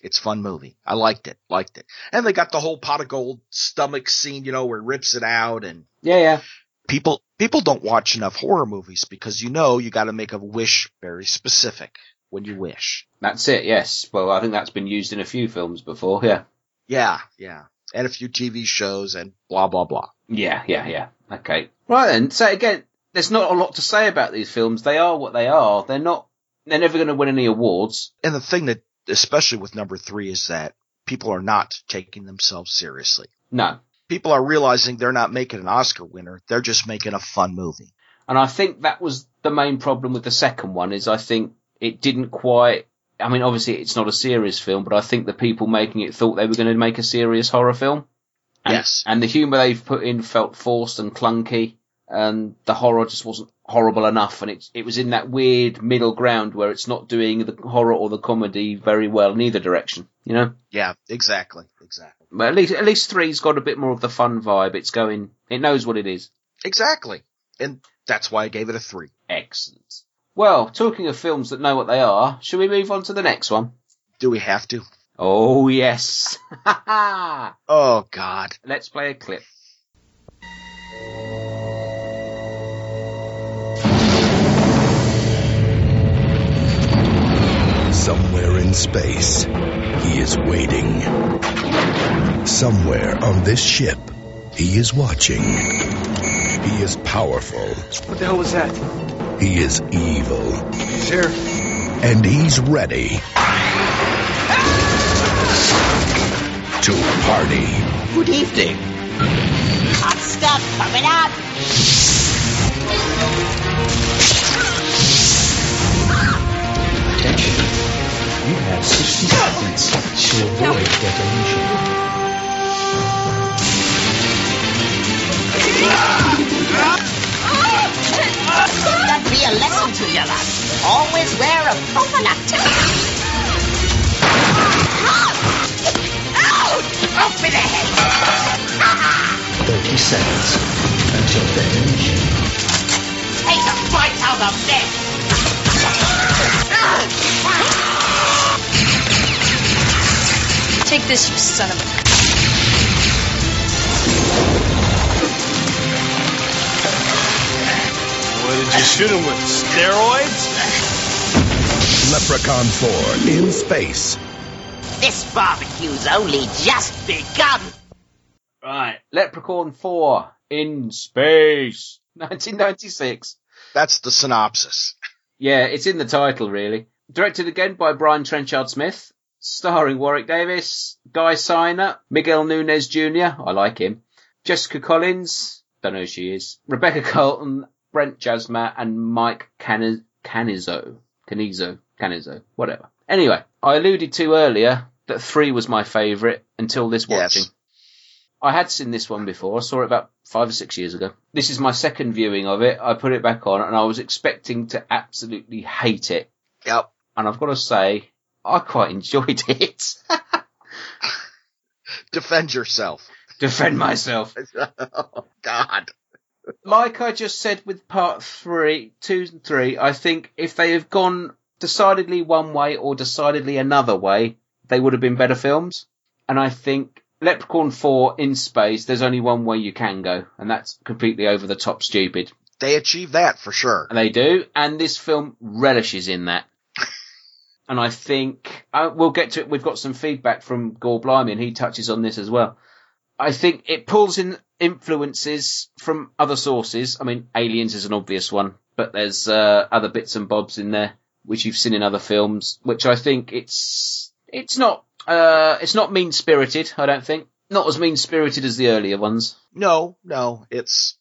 It's a fun movie. I liked it, liked it. And they got the whole pot of gold stomach scene, you know, where he rips it out and Yeah, yeah. people people don't watch enough horror movies because you know you got to make a wish very specific when you wish. That's it. Yes. Well, I think that's been used in a few films before. Yeah. Yeah, yeah. And a few TV shows and blah blah blah. Yeah, yeah, yeah. Okay. Right then. So again, there's not a lot to say about these films. They are what they are. They're not. They're never going to win any awards. And the thing that especially with number 3 is that people are not taking themselves seriously. No. People are realizing they're not making an Oscar winner, they're just making a fun movie. And I think that was the main problem with the second one is I think it didn't quite. I mean, obviously it's not a serious film, but I think the people making it thought they were going to make a serious horror film. And, Yes. And the humour they've put in felt forced and clunky, and the horror just wasn't horrible enough. And it it was in that weird middle ground where it's not doing the horror or the comedy very well in either direction. You know. Yeah, exactly. Exactly. But at least at least three's got a bit more of the fun vibe. It's going. It knows what it is. Exactly. And that's why I gave it a 3. Excellent. Well, talking of films that know what they are, shall we move on to the next one? Do we have to? Oh yes. <laughs> Oh god. Let's play a clip. Somewhere in space, he is waiting. Somewhere on this ship, he is watching. He is powerful. What the hell was that? He is evil. Sure. And he's ready to party. Good evening. Hot stuff coming up. You have 60 seconds to avoid detonation. That'd be a lesson to you lot. Always wear a coconut. Ow! Open the head. 30 seconds until detonation. Take a bite out of bed. Take this, you son of a. What did you shoot him with? Steroids? Leprechaun 4 in space. This barbecue's only just begun. Right. Leprechaun 4 in space. <laughs> 1996. That's the synopsis. <laughs> Yeah, it's in the title really. Directed again by Brian Trenchard Smith, starring Warwick Davis, Guy Siner, Miguel Nunez Jr. I like him. Jessica Collins, don't know who she is. Rebecca Carlton, Brent Jasma, and Mike Cani- Canizo. Canizo. Canizo. Whatever. Anyway, I alluded to earlier that three was my favourite until this watching. I had seen this one before. I saw it about five or six years ago. This is my second viewing of it. I put it back on and I was expecting to absolutely hate it. Yep. And I've got to say, I quite <laughs> enjoyed it. Defend yourself. Defend myself. oh, God. Like I just said with part three, two and three, I think if they have gone decidedly one way or decidedly another way, they would have been better films. And I think Leprechaun 4 in space, there's only one way you can go, and that's completely over the top stupid. They achieve that for sure. And they do, and this film relishes in that. and I think uh, we'll get to it. We've got some feedback from Gore Blimey, and he touches on this as well. I think it pulls in influences from other sources. I mean, Aliens is an obvious one, but there's uh, other bits and bobs in there which you've seen in other films, which I think it's it's not uh, it's not mean spirited. I don't think not as mean spirited as the earlier ones. No, no, it's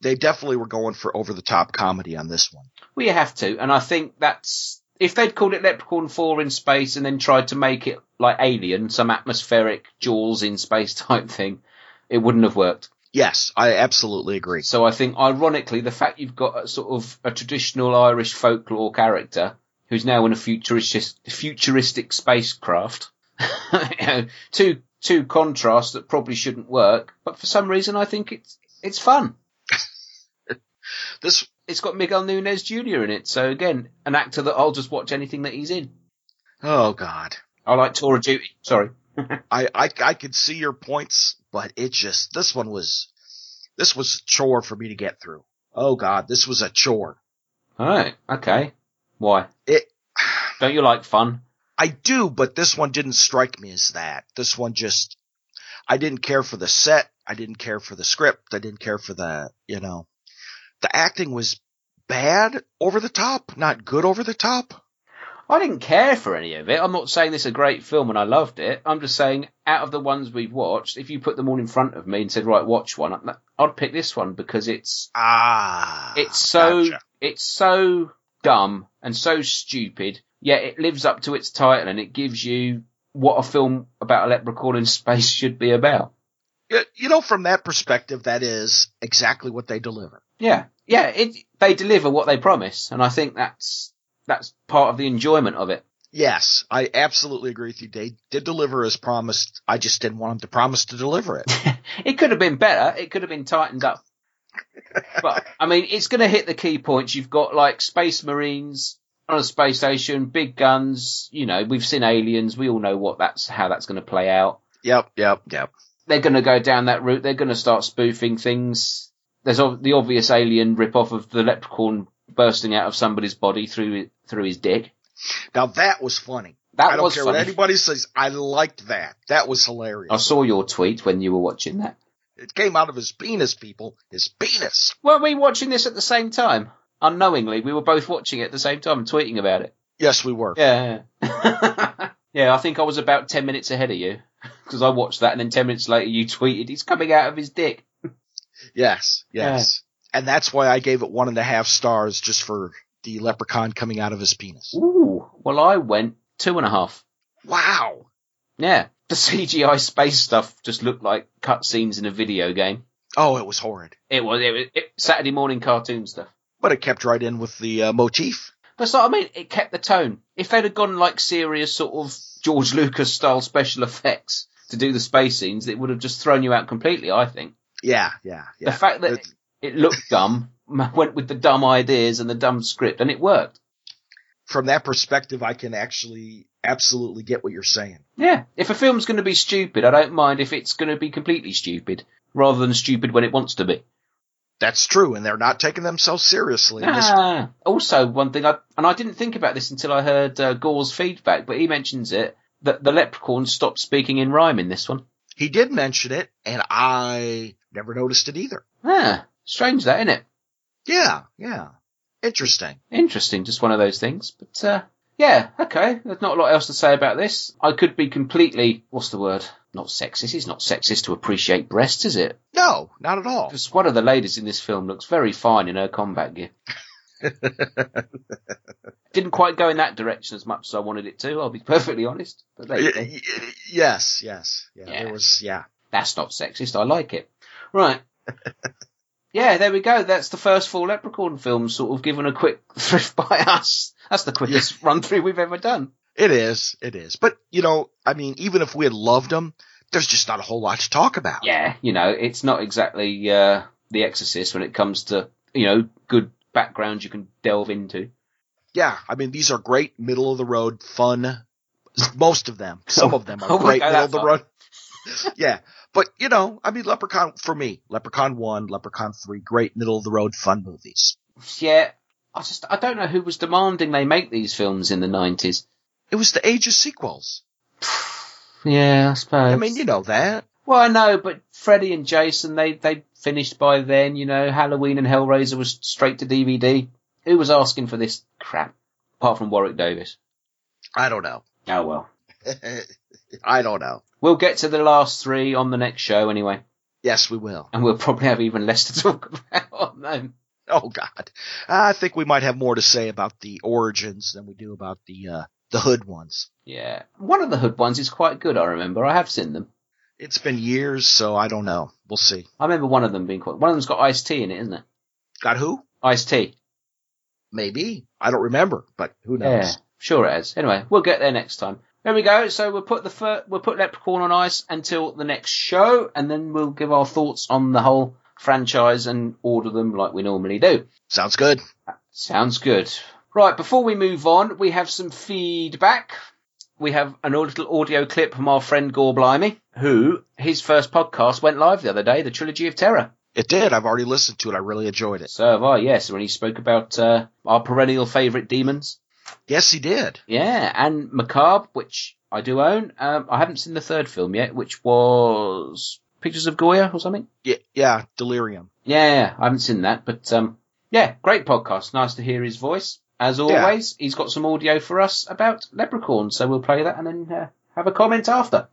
they definitely were going for over the top comedy on this one. Well, you have to, and I think that's if they'd called it Leprechaun Four in space and then tried to make it like Alien, some atmospheric Jaws in space <laughs> type thing, it wouldn't have worked. Yes, I absolutely agree. So I think, ironically, the fact you've got a sort of a traditional Irish folklore character who's now in a futuristic, futuristic spacecraft, <laughs> you know, two two contrasts that probably shouldn't work, but for some reason I think it's it's fun. This It's got Miguel Nunez Jr. in it, so again, an actor that I'll just watch anything that he's in. oh god. I like Tora Duty. Sorry. I, I I could see your points, but it just this one was this was a chore for me to get through. Oh god, this was a chore. All right. Okay. Why? It Don't you like fun? I do, but this one didn't strike me as that. This one just I didn't care for the set, I didn't care for the script, I didn't care for the, you know, the acting was bad over the top, not good over the top. I didn't care for any of it. I'm not saying this is a great film and I loved it. I'm just saying, out of the ones we've watched, if you put them all in front of me and said, right, watch one, I'd- I'd pick this one because it's Ah. it's so gotcha. it's so dumb and so stupid, yet it lives up to its title and it gives you what a film about a leprechaun in <laughs> space should be about. Y- You know, from that perspective, that is exactly what they deliver. Yeah, yeah, it they deliver what they promise, and I think that's that's part of the enjoyment of it. Yes, I absolutely agree with you. They did deliver as promised. I just didn't want them to promise to deliver it. <laughs> It could have been better. It could have been tightened up. but I mean, it's going to hit the key points. You've got like space marines on a space station, big guns. You know, we've seen aliens. We all know what that's how that's going to play out. yep, yep, yep. they're going to go down that route. They're going to start spoofing things. There's ob- the obvious alien rip-off of the leprechaun bursting out of somebody's body through through his dick. Now that was funny. That I don't was care funny. Oh. what anybody says. I liked that. That was I hilarious. saw your tweet when you were watching that. It came out of his penis, people. His penis. Weren't we watching this at the same time? Unknowingly, we were both watching it at the same time and tweeting about it. Yes, we were. Yeah. <laughs> yeah, I think I was about 10 minutes ahead of you because I watched that and then 10 minutes later you tweeted, he's coming out of his dick. Yes, yes. And that's why I gave it one and a half stars just for the leprechaun coming out of his penis. Ooh. Well, I went two and a half. Wow. Yeah, the <laughs> CGI space stuff just looked like cutscenes in a video game. Oh, it was horrid. It was it, was- it Saturday morning cartoon stuff. But it kept right in with the uh, motif. But that's what I mean. It kept the tone. If they'd have gone like serious sort of George Lucas style special effects to do the space scenes, it would have just thrown you out completely. I think Yeah, yeah, yeah. the fact that it, It- looked dumb <laughs> went with the dumb ideas and the dumb script, and it worked. from that perspective, I can actually absolutely get what you're saying. Yeah, if a film's going to be stupid, I don't mind if it's going to be completely stupid rather than stupid when it wants to be. That's true, and they're not taking themselves seriously. in this- Ah, also, one thing I and I didn't think about this until I heard uh, Gore's feedback, but he mentions it that the leprechaun stopped speaking in rhyme in this one. He did mention it, and I never noticed it either. Ah, strange that, isn't it? Yeah, yeah. Interesting. Interesting, just one of those things. But uh, yeah, okay, there's not a lot else to say about this. I could be completely what's the word? Not sexist. It's not sexist to appreciate breasts, is it? No, not at all. Because one of the ladies in this film looks very fine in her combat gear. Didn't quite go in that direction as much as I wanted it to. I'll be perfectly honest. But there you go. yes, yes, yeah, There was yeah. That's not sexist. I like it. <laughs> Right. yeah, there we go. That's the first four Leprechaun films, sort of given a quick <laughs> thrift by us. That's the quickest run through we've ever done. It is, it is. But you know, I mean, even if we had loved them, there's just not a whole lot to talk about. Yeah, you know, it's not exactly uh, The Exorcist when it comes to you know good backgrounds you can delve into. Yeah, I mean, these are great middle of the road fun. Most <laughs> of them, some of them Oh, are we great go middle that of the far. road. <laughs> yeah, but you know, I mean, Leprechaun for me, Leprechaun one, Leprechaun three, great middle of the road fun movies. Yeah, I just I don't know who was demanding they make these films in the nineties. It was the age of sequels. Yeah, I suppose. I mean, you know that. Well, I know, but Freddy and Jason, they they finished by then. You know, Halloween and Hellraiser was straight to DVD. Who was asking for this crap? Apart from Warwick Davis. I don't know. Oh well. <laughs> I don't know. We'll get to the last three on the next show anyway, Yes, we will. and we'll probably have even less to <laughs> talk about on them. Oh God, I think we might have more to say about the origins than we do about the uh, the hood ones. Yeah, one of the Hood ones is quite good. I remember. I have seen them. It's been years, so I don't know. We'll see. I remember one of them being quite. One of them's got iced tea in it, isn't it? Got who? Iced tea. Maybe I don't remember, but who knows? Yeah, sure it is. Anyway, we'll get there next time. There we go. So we'll put the fir- we'll put Leprechaun on ice until the next show, and then we'll give our thoughts on the whole franchise and order them like we normally do. Sounds good. Sounds good. Right. Before we move on, we have some feedback. We have an au- little audio clip from our friend Gore Blimey, who his first podcast went live the other day, the Trilogy of Terror. It did. I've already listened to it. I really enjoyed it. So have I. Yes, when he spoke about uh, our perennial favourite demons. Yes, he did. Yeah, and Macabre, which I do own. Um, I haven't seen the third film yet, which was Pictures of Goya or something. Yeah, yeah. Delirium. Yeah, I haven't seen that, but um, yeah, great podcast. Nice to hear his voice. As Yeah. always, he's got some audio for us about Leprechaun, so we'll play that and then uh, have a comment after.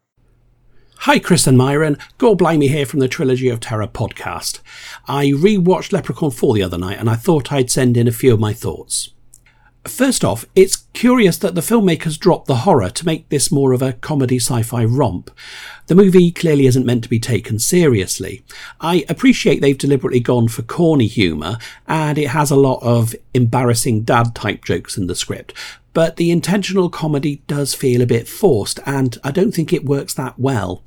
Hi, Chris and Myron. Gore Blimey here from the Trilogy of Terror podcast. I rewatched Leprechaun 4 the other night and I thought I'd send in a few of my thoughts. First off, it's curious that the filmmakers dropped the horror to make this more of a comedy sci fi romp. The movie clearly isn't meant to be taken seriously. I appreciate they've deliberately gone for corny humour, and it has a lot of embarrassing dad type jokes in the script, but the intentional comedy does feel a bit forced, and I don't think it works that well.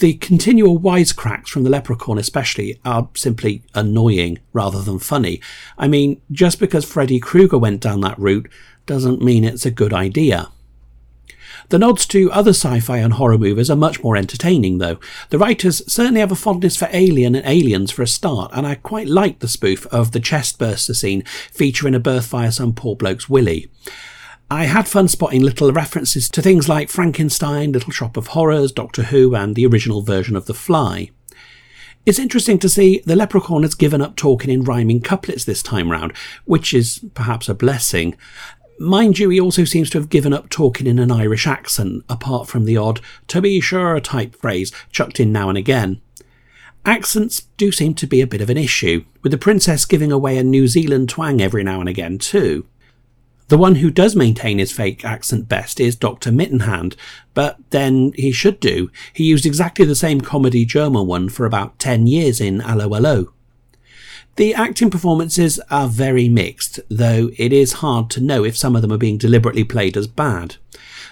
The continual wisecracks from the leprechaun, especially, are simply annoying rather than funny. I mean, just because Freddy Krueger went down that route doesn't mean it's a good idea. The nods to other sci fi and horror movies are much more entertaining, though. The writers certainly have a fondness for Alien and Aliens for a start, and I quite like the spoof of the chestburster scene featuring a birth via some poor bloke's willy. I had fun spotting little references to things like Frankenstein, Little Shop of Horrors, Doctor Who, and the original version of The Fly. It's interesting to see the leprechaun has given up talking in rhyming couplets this time round, which is perhaps a blessing. Mind you, he also seems to have given up talking in an Irish accent, apart from the odd to be sure type phrase chucked in now and again. Accents do seem to be a bit of an issue, with the princess giving away a New Zealand twang every now and again too. The one who does maintain his fake accent best is Dr. Mittenhand, but then he should do. He used exactly the same comedy German one for about 10 years in Allo Allo. The acting performances are very mixed, though it is hard to know if some of them are being deliberately played as bad.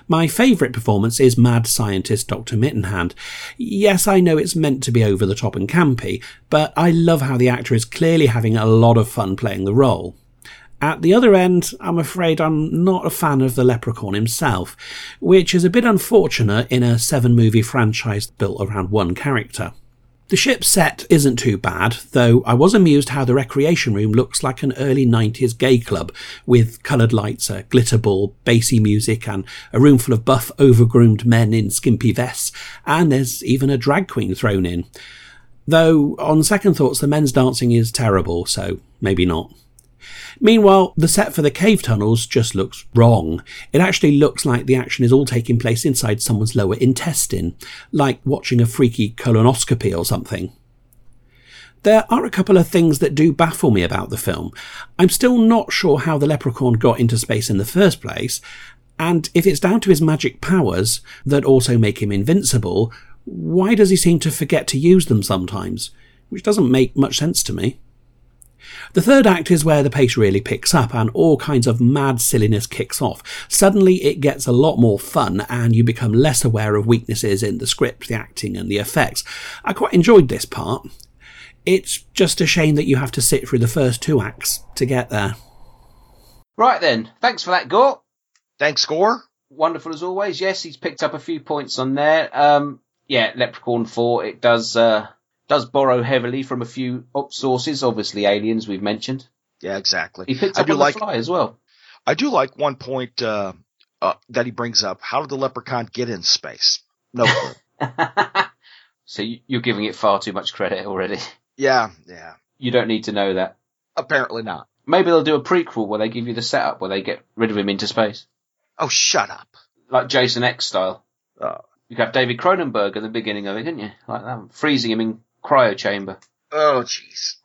My favourite performance is mad scientist Dr. Mittenhand. Yes, I know it's meant to be over the top and campy, but I love how the actor is clearly having a lot of fun playing the role. At the other end, I'm afraid I'm not a fan of the leprechaun himself, which is a bit unfortunate in a seven movie franchise built around one character. The ship set isn't too bad, though I was amused how the recreation room looks like an early 90s gay club with coloured lights, a glitter ball, bassy music, and a room full of buff, overgroomed men in skimpy vests, and there's even a drag queen thrown in. Though, on second thoughts, the men's dancing is terrible, so maybe not. Meanwhile, the set for the cave tunnels just looks wrong. It actually looks like the action is all taking place inside someone's lower intestine, like watching a freaky colonoscopy or something. There are a couple of things that do baffle me about the film. I'm still not sure how the leprechaun got into space in the first place, and if it's down to his magic powers that also make him invincible, why does he seem to forget to use them sometimes? Which doesn't make much sense to me. The third act is where the pace really picks up and all kinds of mad silliness kicks off. Suddenly it gets a lot more fun and you become less aware of weaknesses in the script, the acting and the effects. I quite enjoyed this part. It's just a shame that you have to sit through the first two acts to get there. Right then, thanks for that, Gore. Thanks, Gore. Wonderful as always. Yes, he's picked up a few points on there. Um, yeah, Leprechaun Four. It does uh, does borrow heavily from a few op- sources. Obviously, Aliens we've mentioned. Yeah, exactly. He picked up I do on like, the fly as well. I do like one point uh, uh, that he brings up. How did the leprechaun get in space? <laughs> No clue. <laughs> so you're giving it far too much credit already. <laughs> Yeah, yeah. You don't need to know that. Apparently not. Maybe they'll do a prequel where they give you the setup where they get rid of him into space. Oh, shut up. Like Jason X style. Oh. You could have David Cronenberg at the beginning of it, couldn't you? Like that, one. freezing him in cryo chamber. <laughs> Oh, jeez.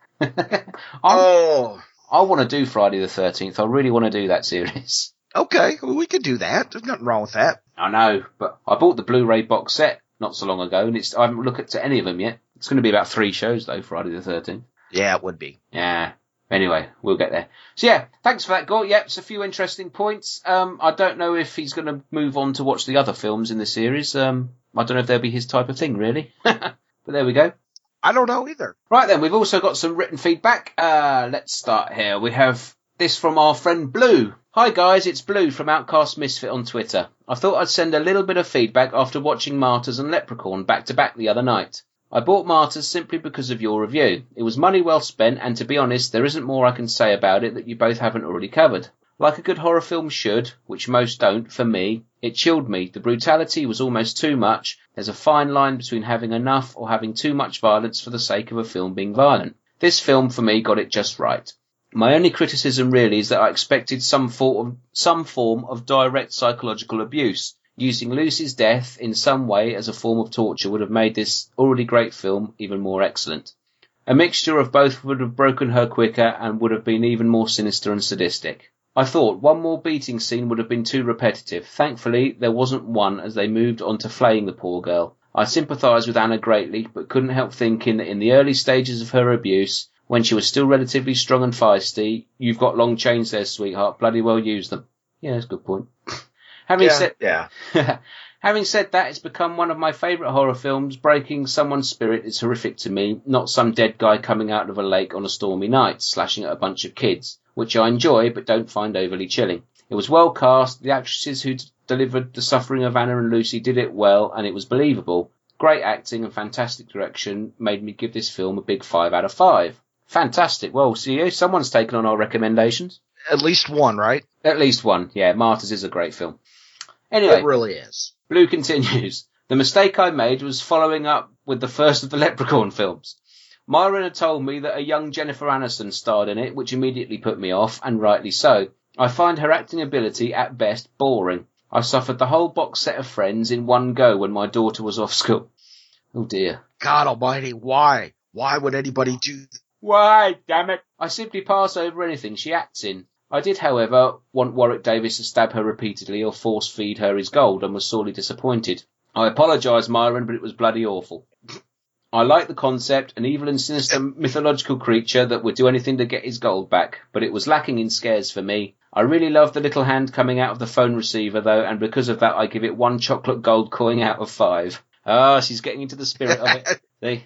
oh. I want to do Friday the 13th. I really want to do that series. <laughs> Okay, well, we could do that. There's nothing wrong with that. I know, but I bought the Blu-ray box set not so long ago, and it's I haven't looked at any of them yet. It's going to be about three shows, though, Friday the 13th. Yeah, it would be. Yeah, anyway, we'll get there. So yeah, thanks for that, Gore. Yep, it's a few interesting points. Um, I don't know if he's going to move on to watch the other films in the series. Um, I don't know if they'll be his type of thing, really. <laughs> but there we go. I don't know either. Right then, we've also got some written feedback. Uh, let's start here. We have this from our friend Blue. Hi guys, it's Blue from Outcast Misfit on Twitter. I thought I'd send a little bit of feedback after watching Martyrs and Leprechaun back to back the other night. I bought Martyrs simply because of your review. It was money well spent, and to be honest, there isn't more I can say about it that you both haven't already covered. Like a good horror film should, which most don't, for me, it chilled me. The brutality was almost too much. There's a fine line between having enough or having too much violence for the sake of a film being violent. This film, for me, got it just right. My only criticism really is that I expected some form of, some form of direct psychological abuse. Using Lucy's death in some way as a form of torture would have made this already great film even more excellent. A mixture of both would have broken her quicker and would have been even more sinister and sadistic. I thought one more beating scene would have been too repetitive. Thankfully, there wasn't one as they moved on to flaying the poor girl. I sympathised with Anna greatly, but couldn't help thinking that in the early stages of her abuse, when she was still relatively strong and feisty, you've got long chains there, sweetheart. Bloody well use them. Yeah, that's a good point. <laughs> Having yeah, said yeah. <laughs> having said that, it's become one of my favourite horror films. Breaking someone's spirit is horrific to me, not some dead guy coming out of a lake on a stormy night, slashing at a bunch of kids, which I enjoy but don't find overly chilling. It was well cast, the actresses who d- delivered the suffering of Anna and Lucy did it well, and it was believable. Great acting and fantastic direction made me give this film a big five out of five. Fantastic. Well, see you. Someone's taken on our recommendations. At least one, right? At least one. Yeah, Martyrs is a great film. Anyway, it really is. Blue continues. The mistake I made was following up with the first of the Leprechaun films. Myron had told me that a young Jennifer Aniston starred in it, which immediately put me off, and rightly so. I find her acting ability at best boring. I suffered the whole box set of friends in one go when my daughter was off school. Oh dear. God almighty, why? Why would anybody do th- Why, damn it? I simply pass over anything she acts in. I did, however, want Warwick Davis to stab her repeatedly or force feed her his gold and was sorely disappointed. I apologise, Myron, but it was bloody awful. <sniffs> I like the concept, an evil and sinister <coughs> mythological creature that would do anything to get his gold back, but it was lacking in scares for me. I really love the little hand coming out of the phone receiver, though, and because of that, I give it one chocolate gold coin out of five. Ah, she's getting into the spirit of <laughs> it. See?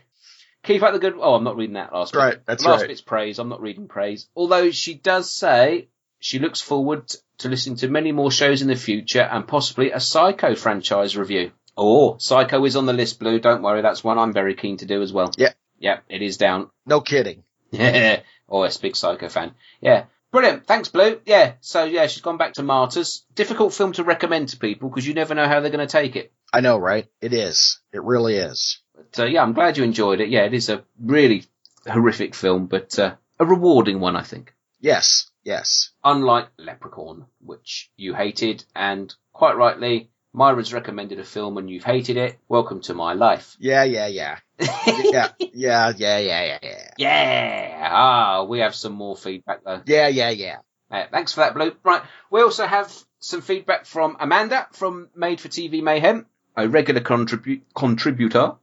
keep up the good. Oh, I'm not reading that last. Right, bit. that's the last right. bit's praise. I'm not reading praise. Although she does say she looks forward to listening to many more shows in the future and possibly a Psycho franchise review. Oh, Psycho is on the list, Blue. Don't worry, that's one I'm very keen to do as well. Yeah. Yeah, it is down. <laughs> No kidding. Yeah. oh, it's big Psycho fan. Yeah. Brilliant. Thanks, Blue. Yeah. So, yeah, she's gone back to Martyrs. Difficult film to recommend to people because you never know how they're going to take it. I know, right? It is. It really is. But uh, yeah, I'm glad you enjoyed it. Yeah, it is a really horrific film, but uh, a rewarding one, I think. Yes, yes. Unlike Leprechaun, which you hated, and quite rightly, Myra's recommended a film and you've hated it. Welcome to my life. Yeah, yeah, yeah. yeah, yeah, yeah, yeah, yeah. Yeah. Ah, we have some more feedback though. Yeah, yeah, yeah. Uh, thanks for that, Blue. Right. We also have some feedback from Amanda from Made for TV Mayhem, a regular contribu- contributor.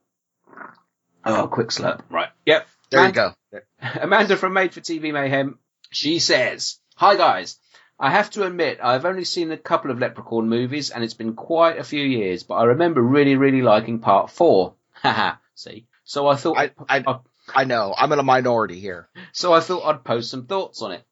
Oh, quick slurp. Right. Yep. There Amanda, you go. <laughs> Amanda from Made for TV Mayhem. She says, Hi guys. I have to admit, I've only seen a couple of Leprechaun movies, and it's been quite a few years, but I remember really, really liking part four. <laughs> Haha, see? So I thought. I, I, I, I know, I'm in a minority here. So I thought I'd post some thoughts on it.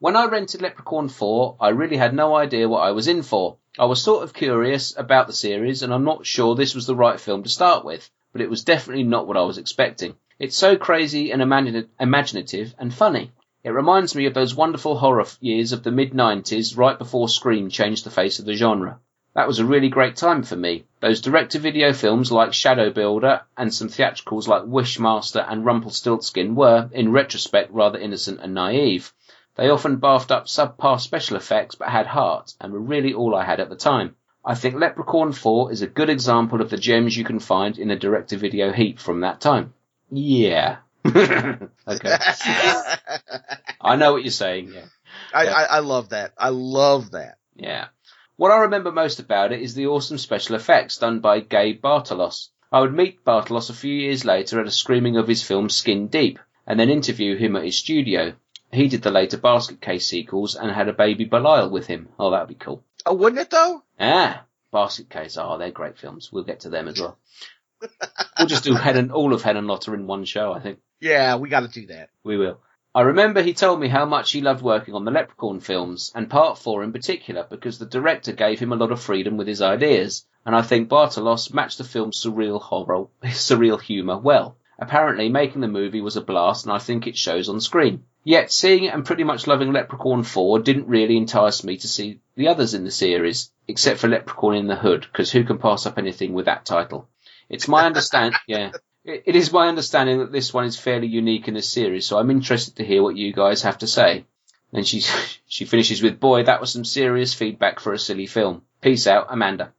When I rented Leprechaun 4, I really had no idea what I was in for. I was sort of curious about the series, and I'm not sure this was the right film to start with, but it was definitely not what I was expecting. It's so crazy and imagin- imaginative and funny. It reminds me of those wonderful horror years of the mid 90s, right before Scream changed the face of the genre. That was a really great time for me. Those direct to video films like Shadow Builder and some theatricals like Wishmaster and Rumpelstiltskin were, in retrospect, rather innocent and naive. They often bathed up subpar special effects but had heart and were really all I had at the time. I think Leprechaun 4 is a good example of the gems you can find in a direct to video heap from that time. Yeah, <laughs> okay. I know what you're saying. Yeah. I, I, I, love that. I love that. Yeah. What I remember most about it is the awesome special effects done by Gabe Bartolos. I would meet Bartolos a few years later at a screening of his film Skin Deep, and then interview him at his studio. He did the later Basket Case sequels and had a baby Belial with him. Oh, that'd be cool. Oh, wouldn't it though? Ah, Basket Case. Oh, they're great films. We'll get to them as well. we'll just do Helen, all of Helen Lotter in one show, I think. Yeah, we got to do that. We will. I remember he told me how much he loved working on the Leprechaun films, and Part 4 in particular, because the director gave him a lot of freedom with his ideas, and I think Bartolos matched the film's surreal horror, <laughs> surreal humour well. Apparently, making the movie was a blast, and I think it shows on screen. Yet, seeing it and pretty much loving Leprechaun 4 didn't really entice me to see the others in the series, except for Leprechaun in the Hood, because who can pass up anything with that title? It's my understand, yeah. It is my understanding that this one is fairly unique in the series, so I'm interested to hear what you guys have to say. Then she <laughs> she finishes with, "Boy, that was some serious feedback for a silly film." Peace out, Amanda.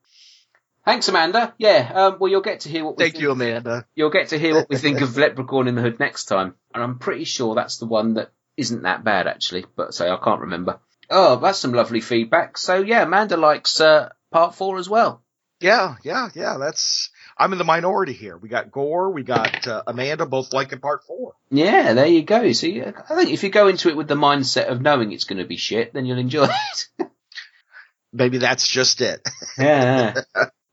Thanks, Amanda. Yeah, um, well, you'll get to hear what. Thank think, you, Amanda. You'll get to hear what we think <laughs> of Leprechaun in the Hood next time, and I'm pretty sure that's the one that isn't that bad actually, but say so I can't remember. Oh, that's some lovely feedback. So yeah, Amanda likes uh, part four as well. Yeah, yeah, yeah. That's I'm in the minority here. We got Gore, we got uh, Amanda, both liking part four. Yeah, there you go. See, I think if you go into it with the mindset of knowing it's going to be shit, then you'll enjoy <laughs> it. Maybe that's just it. <laughs> yeah.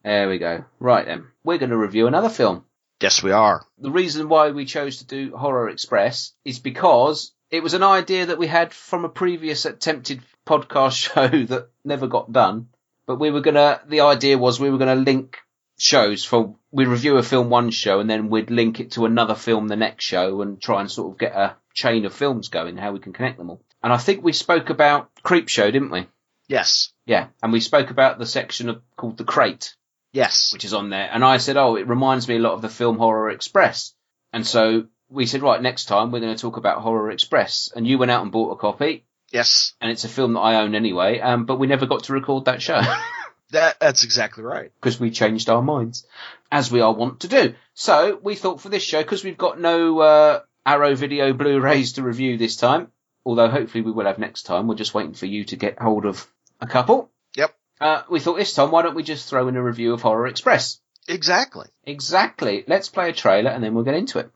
There we go. Right then, we're going to review another film. Yes, we are. The reason why we chose to do Horror Express is because it was an idea that we had from a previous attempted podcast <laughs> show that never got done. But we were gonna. The idea was we were gonna link shows for we review a film one show and then we'd link it to another film the next show and try and sort of get a chain of films going how we can connect them all and i think we spoke about creep show didn't we yes yeah and we spoke about the section of, called the crate yes which is on there and i said oh it reminds me a lot of the film horror express and so we said right next time we're going to talk about horror express and you went out and bought a copy yes and it's a film that i own anyway um, but we never got to record that show <laughs> That, that's exactly right. Because we changed our minds, as we are wont to do. So we thought for this show, because we've got no uh, Arrow Video Blu-rays to review this time, although hopefully we will have next time. We're just waiting for you to get hold of a couple. Yep. Uh, we thought this time, why don't we just throw in a review of Horror Express? Exactly. Exactly. Let's play a trailer and then we'll get into it.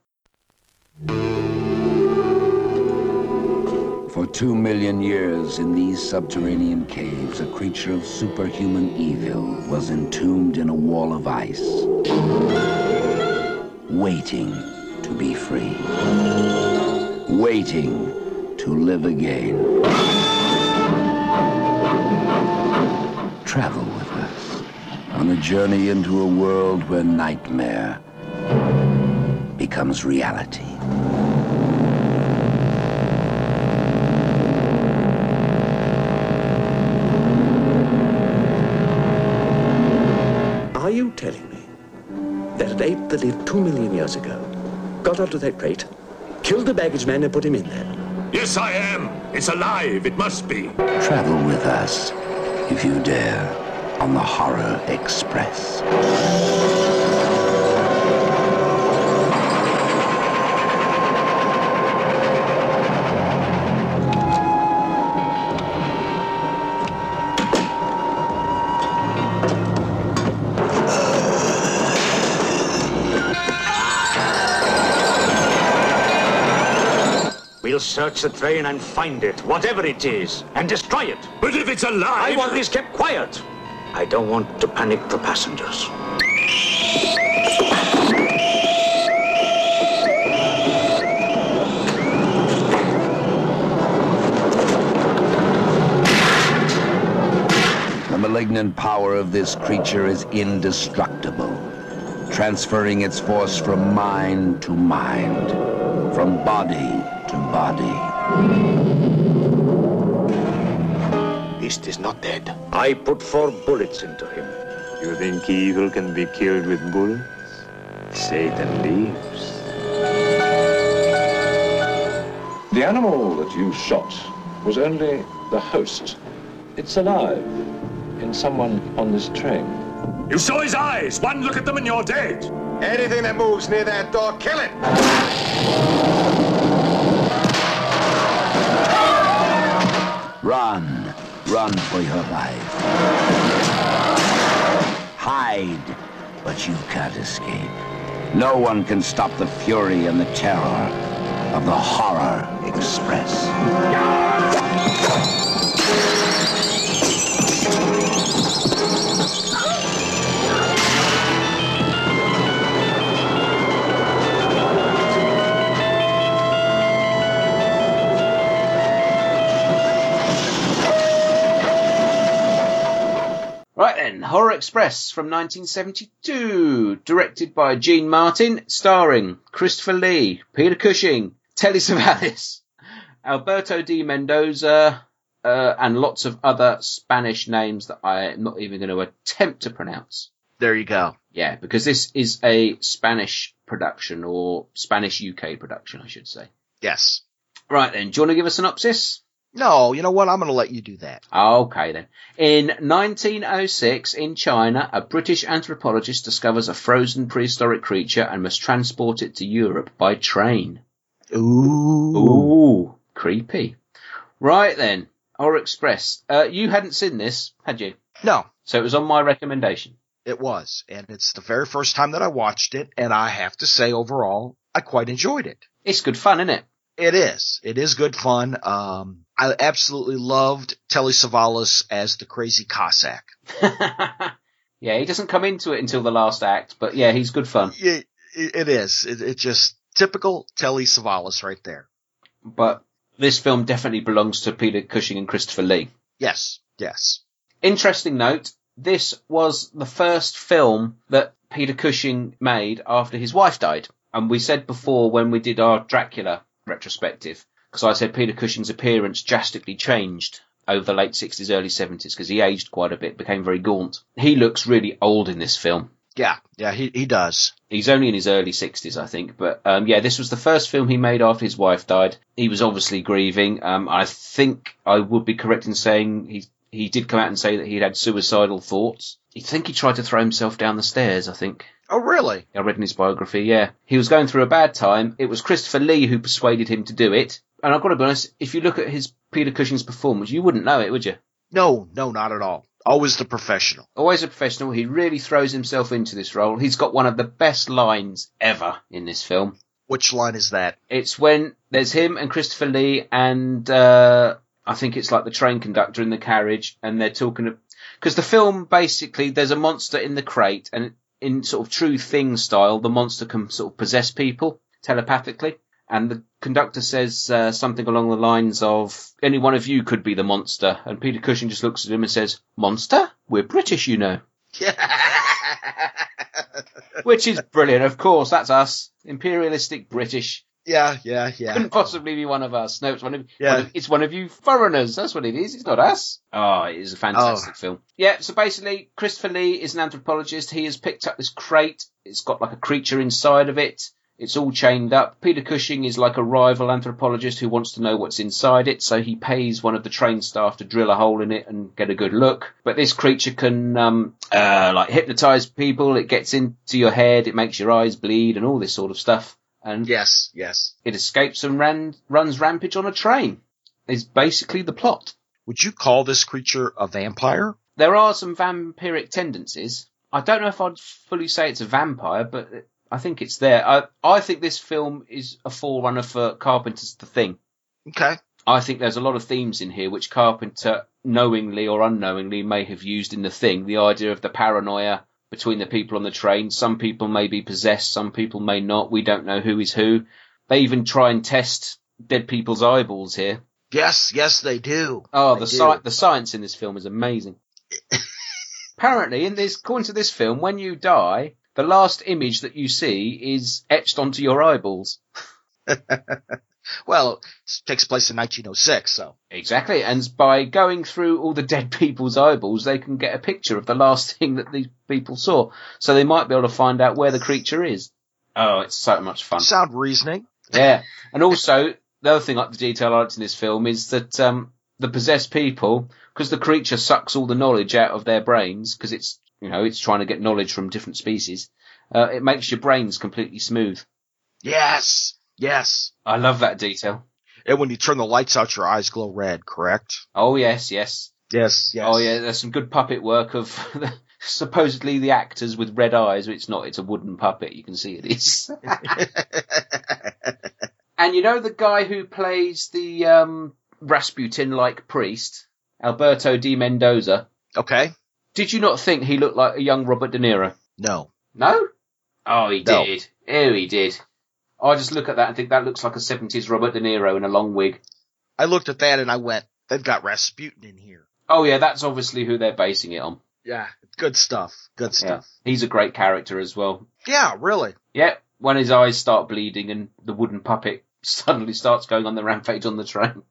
For two million years in these subterranean caves, a creature of superhuman evil was entombed in a wall of ice, waiting to be free, waiting to live again. Travel with us on a journey into a world where nightmare becomes reality. Are you telling me that an ape that lived two million years ago got onto that crate, killed the baggage man, and put him in there? Yes, I am. It's alive. It must be. Travel with us, if you dare, on the Horror Express. We'll search the train and find it, whatever it is, and destroy it. But if it's alive. I want this kept quiet. I don't want to panic the passengers. The malignant power of this creature is indestructible, transferring its force from mind to mind, from body to body. Beast is not dead. I put four bullets into him. You think evil can be killed with bullets? Satan leaves. The animal that you shot was only the host. It's alive in someone on this train. You saw his eyes. One look at them and you're dead. Anything that moves near that door, kill it! Run. Run for your life. Hide. But you can't escape. No one can stop the fury and the terror of the Horror Express. Right then, Horror Express from 1972, directed by Gene Martin, starring Christopher Lee, Peter Cushing, Telly Savalas, <laughs> Alberto Di Mendoza, uh, and lots of other Spanish names that I am not even going to attempt to pronounce. There you go. Yeah, because this is a Spanish production or Spanish UK production, I should say. Yes. Right then, do you want to give a synopsis? No, you know what? I'm going to let you do that. Ah, Okay then. In 1906, in China, a British anthropologist discovers a frozen prehistoric creature and must transport it to Europe by train. Ooh. Ooh, creepy. Right then, Horror Express. Uh, you hadn't seen this, had you? No. So it was on my recommendation. It was. And it's the very first time that I watched it. And I have to say, overall, I quite enjoyed it. It's good fun, isn't it? It is. It is good fun. Um, I absolutely loved Telly Savalas as the crazy Cossack. <laughs> yeah, he doesn't come into it until the last act, but yeah, he's good fun. It, it, it is. It, it just typical Telly Savalas right there. But this film definitely belongs to Peter Cushing and Christopher Lee. Yes. Yes. Interesting note. This was the first film that Peter Cushing made after his wife died. And we said before when we did our Dracula retrospective because I said Peter Cushing's appearance drastically changed over the late 60s, early 70s because he aged quite a bit, became very gaunt. He looks really old in this film. Yeah, yeah, he, he does. He's only in his early 60s, I think. But um, yeah, this was the first film he made after his wife died. He was obviously grieving. Um, I think I would be correct in saying he, he did come out and say that he'd had suicidal thoughts. I think he tried to throw himself down the stairs, I think. Oh, really? I read in his biography, yeah. He was going through a bad time. It was Christopher Lee who persuaded him to do it. And I've got to be honest, if you look at his Peter Cushing's performance, you wouldn't know it, would you? No, no, not at all. Always the professional. Always a professional. He really throws himself into this role. He's got one of the best lines ever in this film. Which line is <laughs> that? It's when there's him and Christopher Lee and, uh, I think it's like the train conductor in the carriage and they're talking because the film basically, there's a monster in the crate and in sort of true thing style, the monster can sort of possess people telepathically. And the conductor says uh, something along the lines of, any one of you could be the monster. And Peter Cushing just looks at him and says, monster? We're British, you know. Which is brilliant, of course. That's us. Imperialistic British. Yeah, yeah, yeah. Couldn't possibly be one of us. No, it's one of, yeah. One of, it's one of you foreigners. That's what it is. It's not us. Oh, it is a fantastic oh. film. Yeah, so basically, Christopher Lee is an anthropologist. He has picked up this crate. It's got like a creature inside of it. It's all chained up. Peter Cushing is like a rival anthropologist who wants to know what's inside it, so he pays one of the train staff to drill a hole in it and get a good look. But this creature can, um, uh, like hypnotize people. It gets into your head. It makes your eyes bleed and all this sort of stuff. And yes, yes, it escapes and ran, runs rampage on a train. Is basically the plot. Would you call this creature a vampire? There are some vampiric tendencies. I don't know if I'd fully say it's a vampire, but I think it's there. I, I think this film is a forerunner for Carpenter's The Thing. Okay. I think there's a lot of themes in here which Carpenter, knowingly or unknowingly, may have used in The Thing. The idea of the paranoia between the people on the train. Some people may be possessed, some people may not. We don't know who is who. They even try and test dead people's eyeballs here. Yes, yes, they do. Oh, They the, do. sci- the science in this film is <laughs> amazing. Apparently, in this, according to this film, when you die, the last image that you see is etched onto your eyeballs. Well, it takes place in 1906, so Exactly, and by going through all the <laughs> dead people's eyeballs, they can get a picture of the last <laughs> thing that these people saw. So they might be able to find out where the creature is. Oh, it's so much fun. sound reasoning. Yeah, and also the other thing, like the detail I liked in this film, is that um, the possessed people, because the creature sucks all the knowledge out of their brains, because it's you know it's trying to get knowledge from different species. Uh, it makes your brains completely smooth. Yes, yes. I love that detail. And when you turn the lights out, your eyes glow red. Correct? Oh yes, yes, Yes, yes. Oh yeah, there's some good puppet work of <laughs> supposedly the actors with red eyes. It's not. It's a wooden puppet. You can see it <laughs> is. and you know the guy who plays the um, Rasputin-like priest, Alberto Di Mendoza. Okay. Did you not think he looked like a young Robert De Niro? No. No. Oh, he No. did. Oh, he did. I just look at that and think that looks like a '70s Robert De Niro in a long wig. I looked at that and I went, "They've got Rasputin in here." Oh yeah, that's obviously who they're basing it on. Yeah, good stuff. Good Yeah. stuff. He's a great character as well. Yeah, really. Yeah, when his eyes start bleeding and the wooden puppet <laughs> suddenly starts going on the rampage on the train.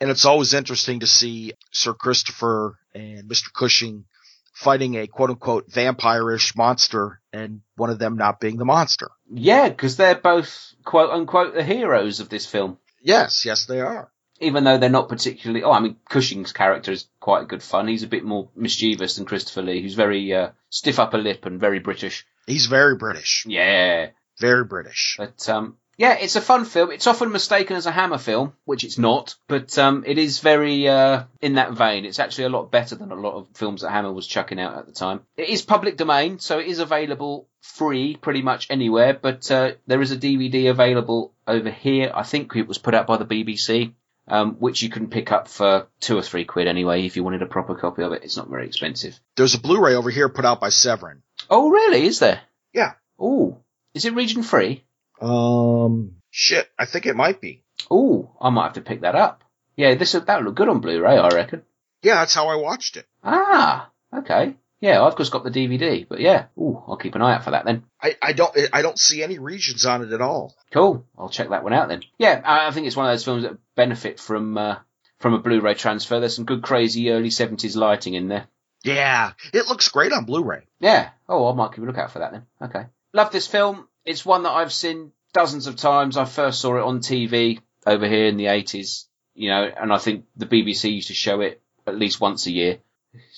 And it's always interesting to see Sir Christopher and Mr. Cushing fighting a quote unquote vampire-ish monster and one of them not being the monster. Yeah, because they're both quote unquote the heroes of this film, Yes, yes, they are. even though they're not particularly. Oh, I mean, Cushing's character is quite good fun. He's a bit more mischievous than Christopher Lee, who's very uh, stiff upper lip and very British. He's very British. Yeah, Very British. but um, yeah, it's a fun film. It's often mistaken as a Hammer film, which it's not, but um, it is very uh, in that vein. It's actually a lot better than a lot of films that Hammer was chucking out at the time. It is public domain, so it is available free pretty much anywhere. But uh, there is a DVD available over here. I think it was put out by the BBC. Um, which you can pick up for two or three quid anyway if you wanted a proper copy of it. It's not very expensive. There's a Blu-ray over here put out by Severin. Oh, really? Is there? Yeah. Oh, is it region free? Um shit, I think it might be. Ooh, I might have to pick that up. Yeah, this that look good on Blu-ray, I reckon. Yeah, that's how I watched it. Ah, okay. Yeah, I've just got the DVD, but yeah. Ooh, I'll keep an eye out for that then. I, I don't I don't see any regions on it at all. Cool. I'll check that one out then. Yeah, I I think it's one of those films that benefit from uh, from a Blu-ray transfer. There's some good, crazy early '70s lighting in there. Yeah, it looks great on Blu-ray. Yeah. Oh, I might keep a look out for that then. Okay. Love this film. It's one that I've seen dozens of times. I first saw it on TV over here in the 80s, you know, and I think the BBC used to show it at least once a year.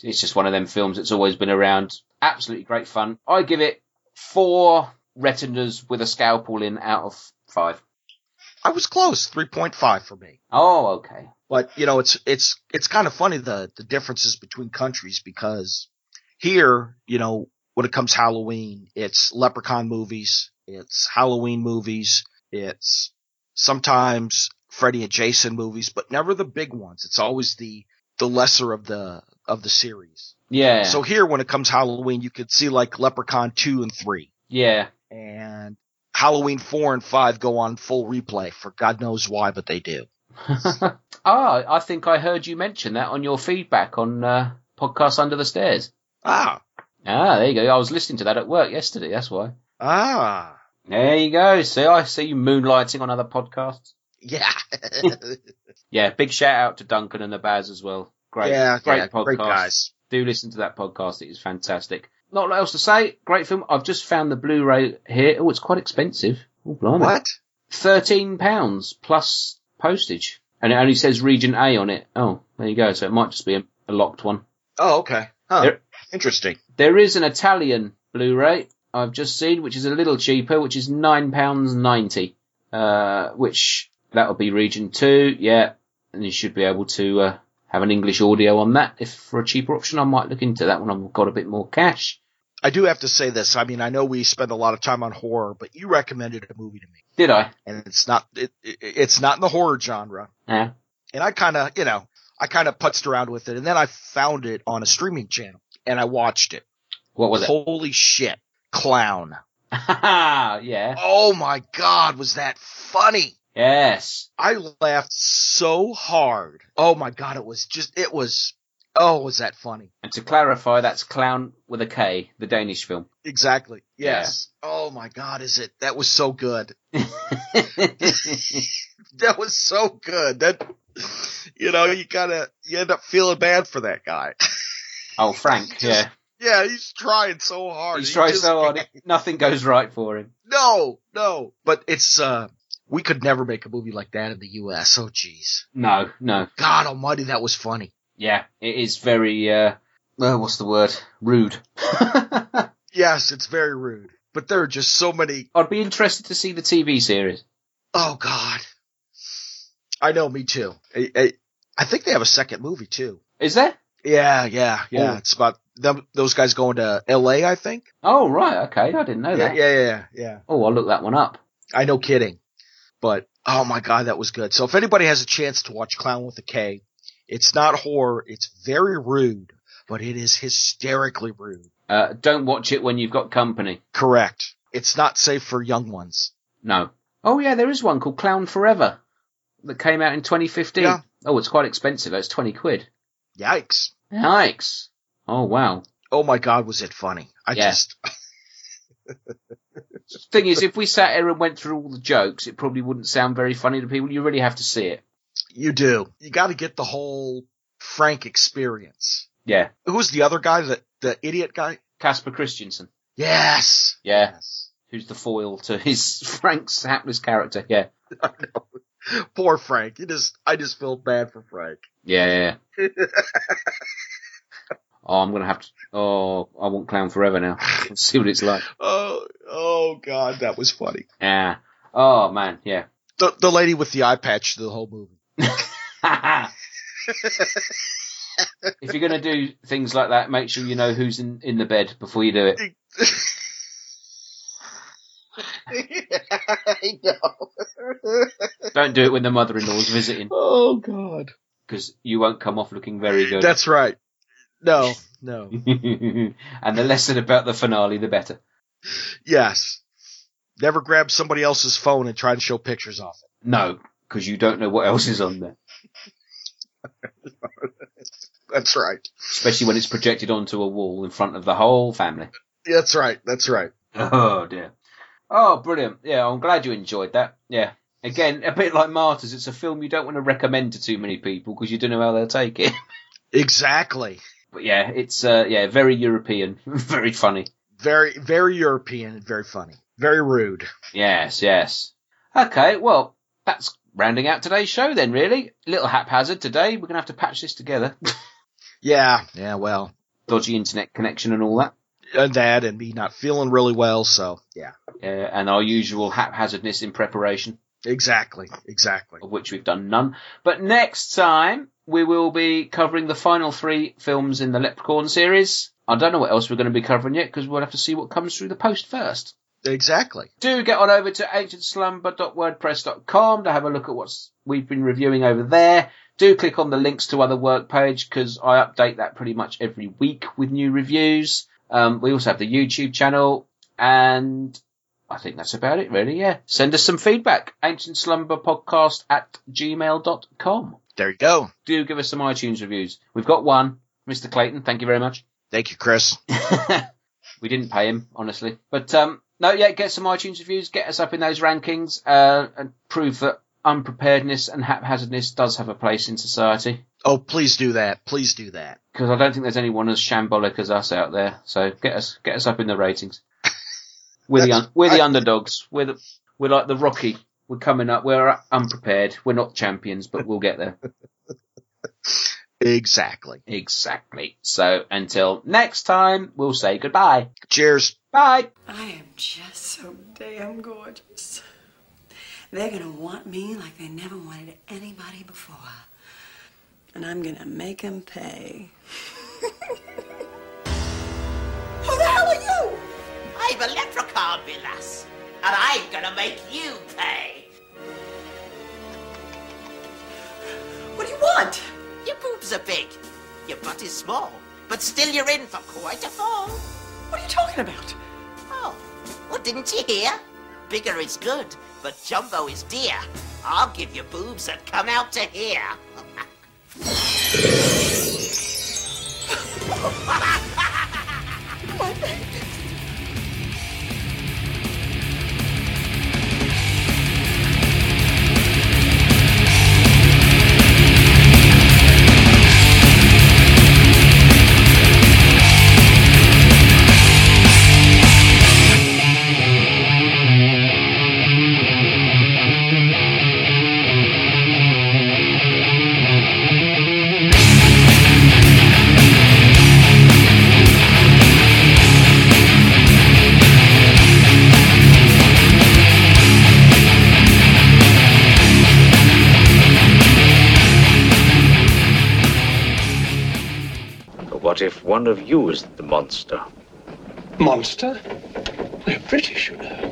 It's just one of them films that's always been around. Absolutely great fun. I give it four retinas with a scalpel in out of five. I was close, three point five for me. Oh, okay. But you know, it's it's it's kind of funny the the differences between countries because here, you know, when it comes Halloween, it's Leprechaun movies, it's Halloween movies, it's sometimes Freddy and Jason movies, but never the big ones. It's always the the lesser of the of the series. Yeah. So here, when it comes Halloween, you could see like Leprechaun two and three, yeah. <laughs> and Halloween four and five go on full replay for God knows why, but they do. Ah, I think I heard you mention that on your feedback on uh, podcast Under the Stairs. Ah, Ah, there you go. I was listening to that at work yesterday. That's why. ah. There you go. See, I see you moonlighting on other podcasts. <laughs> Yeah. Yeah, big shout out to Duncan and the Baz as well. Great, Yeah, great yeah, podcast. great guys. Do listen to that podcast; it is fantastic. Not a lot else to say. Great film. I've just found the Blu-ray here. Oh, it's quite expensive. blimey. What? Thirteen pounds plus postage, and it only says Region A on it. Oh, there you go. So it might just be a, a locked one. Oh, okay. Huh. There- Interesting. There is an Italian Blu-ray I've just seen, which is a little cheaper, which is nine pounds ninety. Uh, which that'll be Region Two, yeah, and you should be able to uh, have an English audio on that. If for a cheaper option, I might look into that when I've got a bit more cash. I do have to say this. I mean, I know we spend a lot of time on horror, but you recommended a movie to me, Did I? and it's not it, it, it's not in the horror genre. Yeah. And I kind of, you know, I kind of putzed around with it, and then I found it on a streaming channel, and I watched it. What was it? Holy shit, clown! <laughs> yeah. Oh my god, was that funny? Yes. I laughed so hard. Oh my god, it was just it was. Oh, was that funny? And to clarify, that's Clown with a K, the Danish film. <laughs> Exactly. Yes. Oh my god, is it? That was so good. that was so good. That you know, you gotta you end up feeling bad for that guy. <laughs> Oh, Frank. yeah. Yeah, he's trying so hard. He's He tried just- so hard, nothing goes right for him. No, no. But it's uh we could never make a movie like that in the US. Oh jeez. No, no. God almighty, that was funny. Yeah, it is very. Uh, uh, what's the word? Rude. <laughs> Yes, it's very rude. But there are just so many I'd be interested to see the TV series. Oh God. I know, me too. I, I, I think they have a second movie too. Is there? Yeah, yeah, yeah. Oh. It's about them, those guys going to L.A. I think. Oh right, okay, I didn't know yeah, that. yeah, yeah, yeah, yeah. Oh, I'll look that one up. I know, kidding. But oh my God, that was good. So if anybody has a chance to watch Clown with a K, it's not horror. It's very rude, but it is hysterically rude. Uh, don't watch it when you've got company. Correct. It's not safe for young ones. No. Oh yeah, there is one called Clown Forever that came out in 2015. Yeah. Oh, it's quite expensive. though. It's 20 quid. Yikes. Yikes. Oh wow. Oh my God, was it funny? I Yeah. just <laughs> Thing is, if we sat here and went through all the jokes, it probably wouldn't sound very funny to people. You really have to see it. you do. You got to get the whole Frank experience. Yeah. Who's the other guy? The the idiot guy? Casper Christensen. Yes. Yeah. Who's the foil to his <laughs> Frank's hapless character? Yeah. Poor Frank. It is. I just feel bad for Frank. Yeah. yeah, yeah. Oh, I'm gonna have to. Oh, I want Clown Forever now. Let's see what it's like. oh, oh God, that was funny. Yeah. Oh man. Yeah. <laughs> The the lady with the eye patch the whole movie. <laughs> if you're gonna do things like that, make sure you know who's in, in the bed before you do it. I know. Don't do it when the mother-in-law's visiting, oh God. because you won't come off looking very good. That's right. No, <laughs> no. and the less said about the finale, the better. Yes. Never grab somebody else's phone and try and show pictures off it. No, because you don't know what else is on there, That's right. especially when it's projected onto a wall in front of the whole family. That's right. That's right. Oh dear. Oh, brilliant. Yeah, I'm glad you enjoyed that. Yeah. Again, a bit like Martyrs, it's a film you don't want to recommend to too many people because you don't know how they'll take it. <laughs> Exactly. But yeah, it's uh, yeah, very European, <laughs> very funny. Very, very European and very funny. Very rude. Yes, yes. Okay, well, that's rounding out today's show then, really. Little haphazard today. We're gonna have to patch this together. <laughs> Yeah. Yeah. Well, Dodgy internet connection and all that. and uh, that and me not feeling really well. So yeah, Yeah, and our usual haphazardness in preparation. exactly. Exactly. of which we've done none. But next time we will be covering the final three films in the Leprechaun series. I don't know what else we're going to be covering yet because we'll have to see what comes through the post first. Exactly. Do get on over to ancientslumber.wordpress.com to have a look at what we've been reviewing over there. Do click on the links to other work page because I update that pretty much every week with new reviews. Um, we also have the YouTube channel and I think that's about it really. Yeah. Send us some feedback. ancientslumberpodcast at gmail.com. There you go. Do give us some iTunes reviews. We've got one. Mr. Clayton, thank you very much. Thank you, Chris. <laughs> we didn't pay him, honestly. But um, no, yeah, get some iTunes reviews, get us up in those rankings, uh, and prove that unpreparedness and haphazardness does have a place in society. Oh, please do that. Please do that. Because I don't think there's anyone as shambolic as us out there. So get us, get us up in the ratings. We're the un- we're the underdogs. We're the We're like the Rocky. We're coming up. We're unprepared. We're not champions, but we'll get there. Exactly. Exactly. So until next time, we'll say goodbye. Cheers. Bye. I am just so damn gorgeous. They're gonna want me like they never wanted anybody before. And I'm gonna make them pay. <laughs> Who the hell are you? I'm a leprechaun, Vilas, and I'm gonna make you pay. What do you want? Your boobs are big, your butt is small, but still you're in for quite a fall. What are you talking about? Oh, well, didn't you hear? Bigger is good, but jumbo is dear. I'll give you boobs that come out to here. My baby. What if one of you is the monster? Monster? They're British, you know.